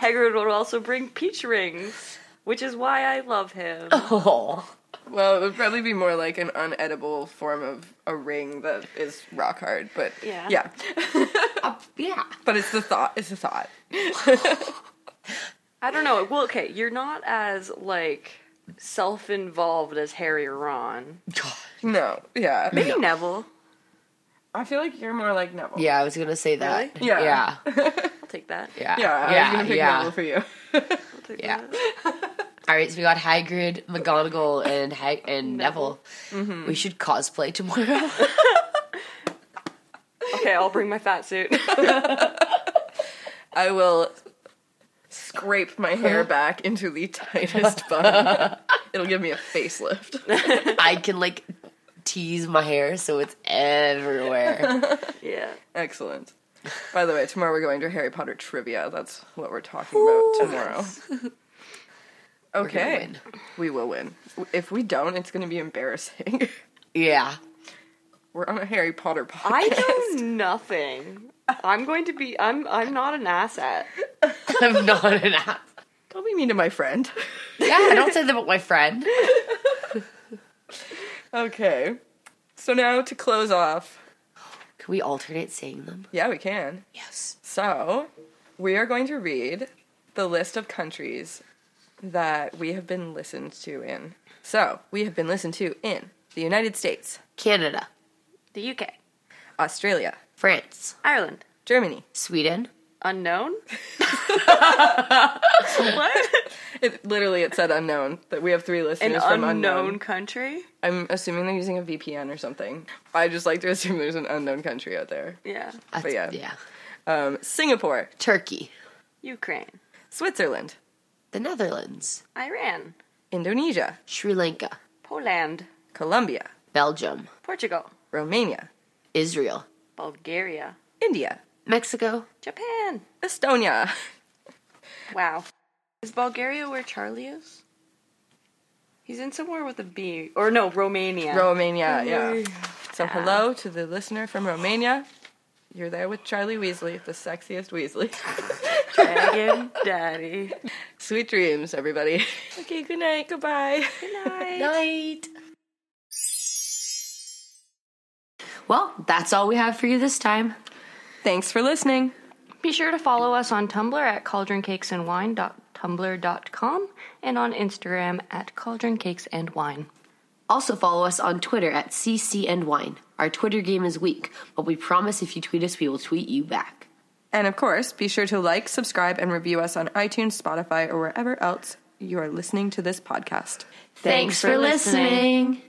[SPEAKER 2] Hagrid would also bring peach rings, which is why I love him.
[SPEAKER 3] Oh.
[SPEAKER 1] well, it would probably be more like an unedible form of a ring that is rock hard, but
[SPEAKER 2] Yeah.
[SPEAKER 1] yeah.
[SPEAKER 3] Up- yeah.
[SPEAKER 1] But it's the thought. It's the thought.
[SPEAKER 2] I don't know. Well, okay, you're not as like self-involved as Harry or Ron.
[SPEAKER 1] No, yeah.
[SPEAKER 2] Maybe Neville.
[SPEAKER 1] I feel like you're more like Neville.
[SPEAKER 3] Yeah, I was gonna say that.
[SPEAKER 2] Really?
[SPEAKER 1] Yeah.
[SPEAKER 3] Yeah.
[SPEAKER 2] I'll take that.
[SPEAKER 3] Yeah.
[SPEAKER 1] Yeah, I was gonna pick
[SPEAKER 3] yeah.
[SPEAKER 1] Neville for you.
[SPEAKER 2] I'll take
[SPEAKER 3] Yeah.
[SPEAKER 2] that.
[SPEAKER 3] All right, so we got Hagrid, McGonagall, and Hag- and Neville.
[SPEAKER 1] Mm-hmm.
[SPEAKER 3] We should cosplay tomorrow.
[SPEAKER 2] Okay, I'll bring my fat suit.
[SPEAKER 1] I will scrape my hair back into the tightest bun. It'll give me a facelift.
[SPEAKER 3] I can like tease my hair so it's everywhere.
[SPEAKER 2] yeah.
[SPEAKER 1] Excellent. By the way, tomorrow we're going to Harry Potter trivia. That's what we're talking about tomorrow. Okay.
[SPEAKER 3] win.
[SPEAKER 1] We will win. If we don't, it's going to be embarrassing.
[SPEAKER 3] Yeah.
[SPEAKER 1] We're on a Harry Potter podcast.
[SPEAKER 2] I know nothing. I'm going to be I'm I'm not an asset.
[SPEAKER 3] I'm not an ass.
[SPEAKER 1] Don't be mean to my friend.
[SPEAKER 3] Yeah, don't say that about my friend.
[SPEAKER 1] Okay. So now to close off,
[SPEAKER 3] Can we alternate saying them?
[SPEAKER 1] yeah, we can.
[SPEAKER 3] Yes.
[SPEAKER 1] So, we are going to read the list of countries that we have been listened to in. So, we have been listened to in the United States,
[SPEAKER 3] Canada,
[SPEAKER 5] The UK.
[SPEAKER 1] Australia,
[SPEAKER 3] France,
[SPEAKER 5] Ireland.
[SPEAKER 1] Germany.
[SPEAKER 3] Sweden,
[SPEAKER 5] Unknown.
[SPEAKER 1] It literally it said unknown that we have three
[SPEAKER 2] An
[SPEAKER 1] listeners from
[SPEAKER 2] unknown,
[SPEAKER 1] unknown.
[SPEAKER 2] country.
[SPEAKER 1] I'm assuming they're using a VPN or something. I just like to assume there's an unknown country out there.
[SPEAKER 2] Yeah.
[SPEAKER 3] That's-
[SPEAKER 1] But yeah.
[SPEAKER 3] yeah,
[SPEAKER 1] Um, Singapore,
[SPEAKER 3] Turkey,
[SPEAKER 5] Ukraine.
[SPEAKER 1] Switzerland,
[SPEAKER 3] the Netherlands,
[SPEAKER 5] Iran.
[SPEAKER 1] Indonesia,
[SPEAKER 3] Sri Lanka,
[SPEAKER 5] Poland.
[SPEAKER 1] Colombia,
[SPEAKER 3] Belgium,
[SPEAKER 5] Portugal.
[SPEAKER 1] Romania,
[SPEAKER 3] Israel,
[SPEAKER 5] Bulgaria.
[SPEAKER 1] India,
[SPEAKER 3] Mexico.
[SPEAKER 5] Japan.
[SPEAKER 1] Estonia.
[SPEAKER 5] Wow. Is Bulgaria where Charlie is? He's in somewhere with a B. Or no, Romania.
[SPEAKER 1] Romania, yeah. So hello to the listener from Romania. You're there with Charlie Weasley, the sexiest Weasley.
[SPEAKER 2] Dragon Daddy.
[SPEAKER 1] Sweet dreams, everybody. Okay, good night, goodbye.
[SPEAKER 3] Night. Well, that's all we have for you this time.
[SPEAKER 1] Thanks for listening.
[SPEAKER 4] Be sure to follow us on Tumblr at cauldroncakesandwine.tumblr.com and on Instagram at cauldroncakesandwine.
[SPEAKER 3] Also, follow us on Twitter at CC and Wine. Our Twitter game is weak, but we promise if you tweet us, we will tweet you back.
[SPEAKER 1] And of course, be sure to like, subscribe, and review us on iTunes, Spotify, or wherever else you are listening to this podcast.
[SPEAKER 3] Thanks, for listening.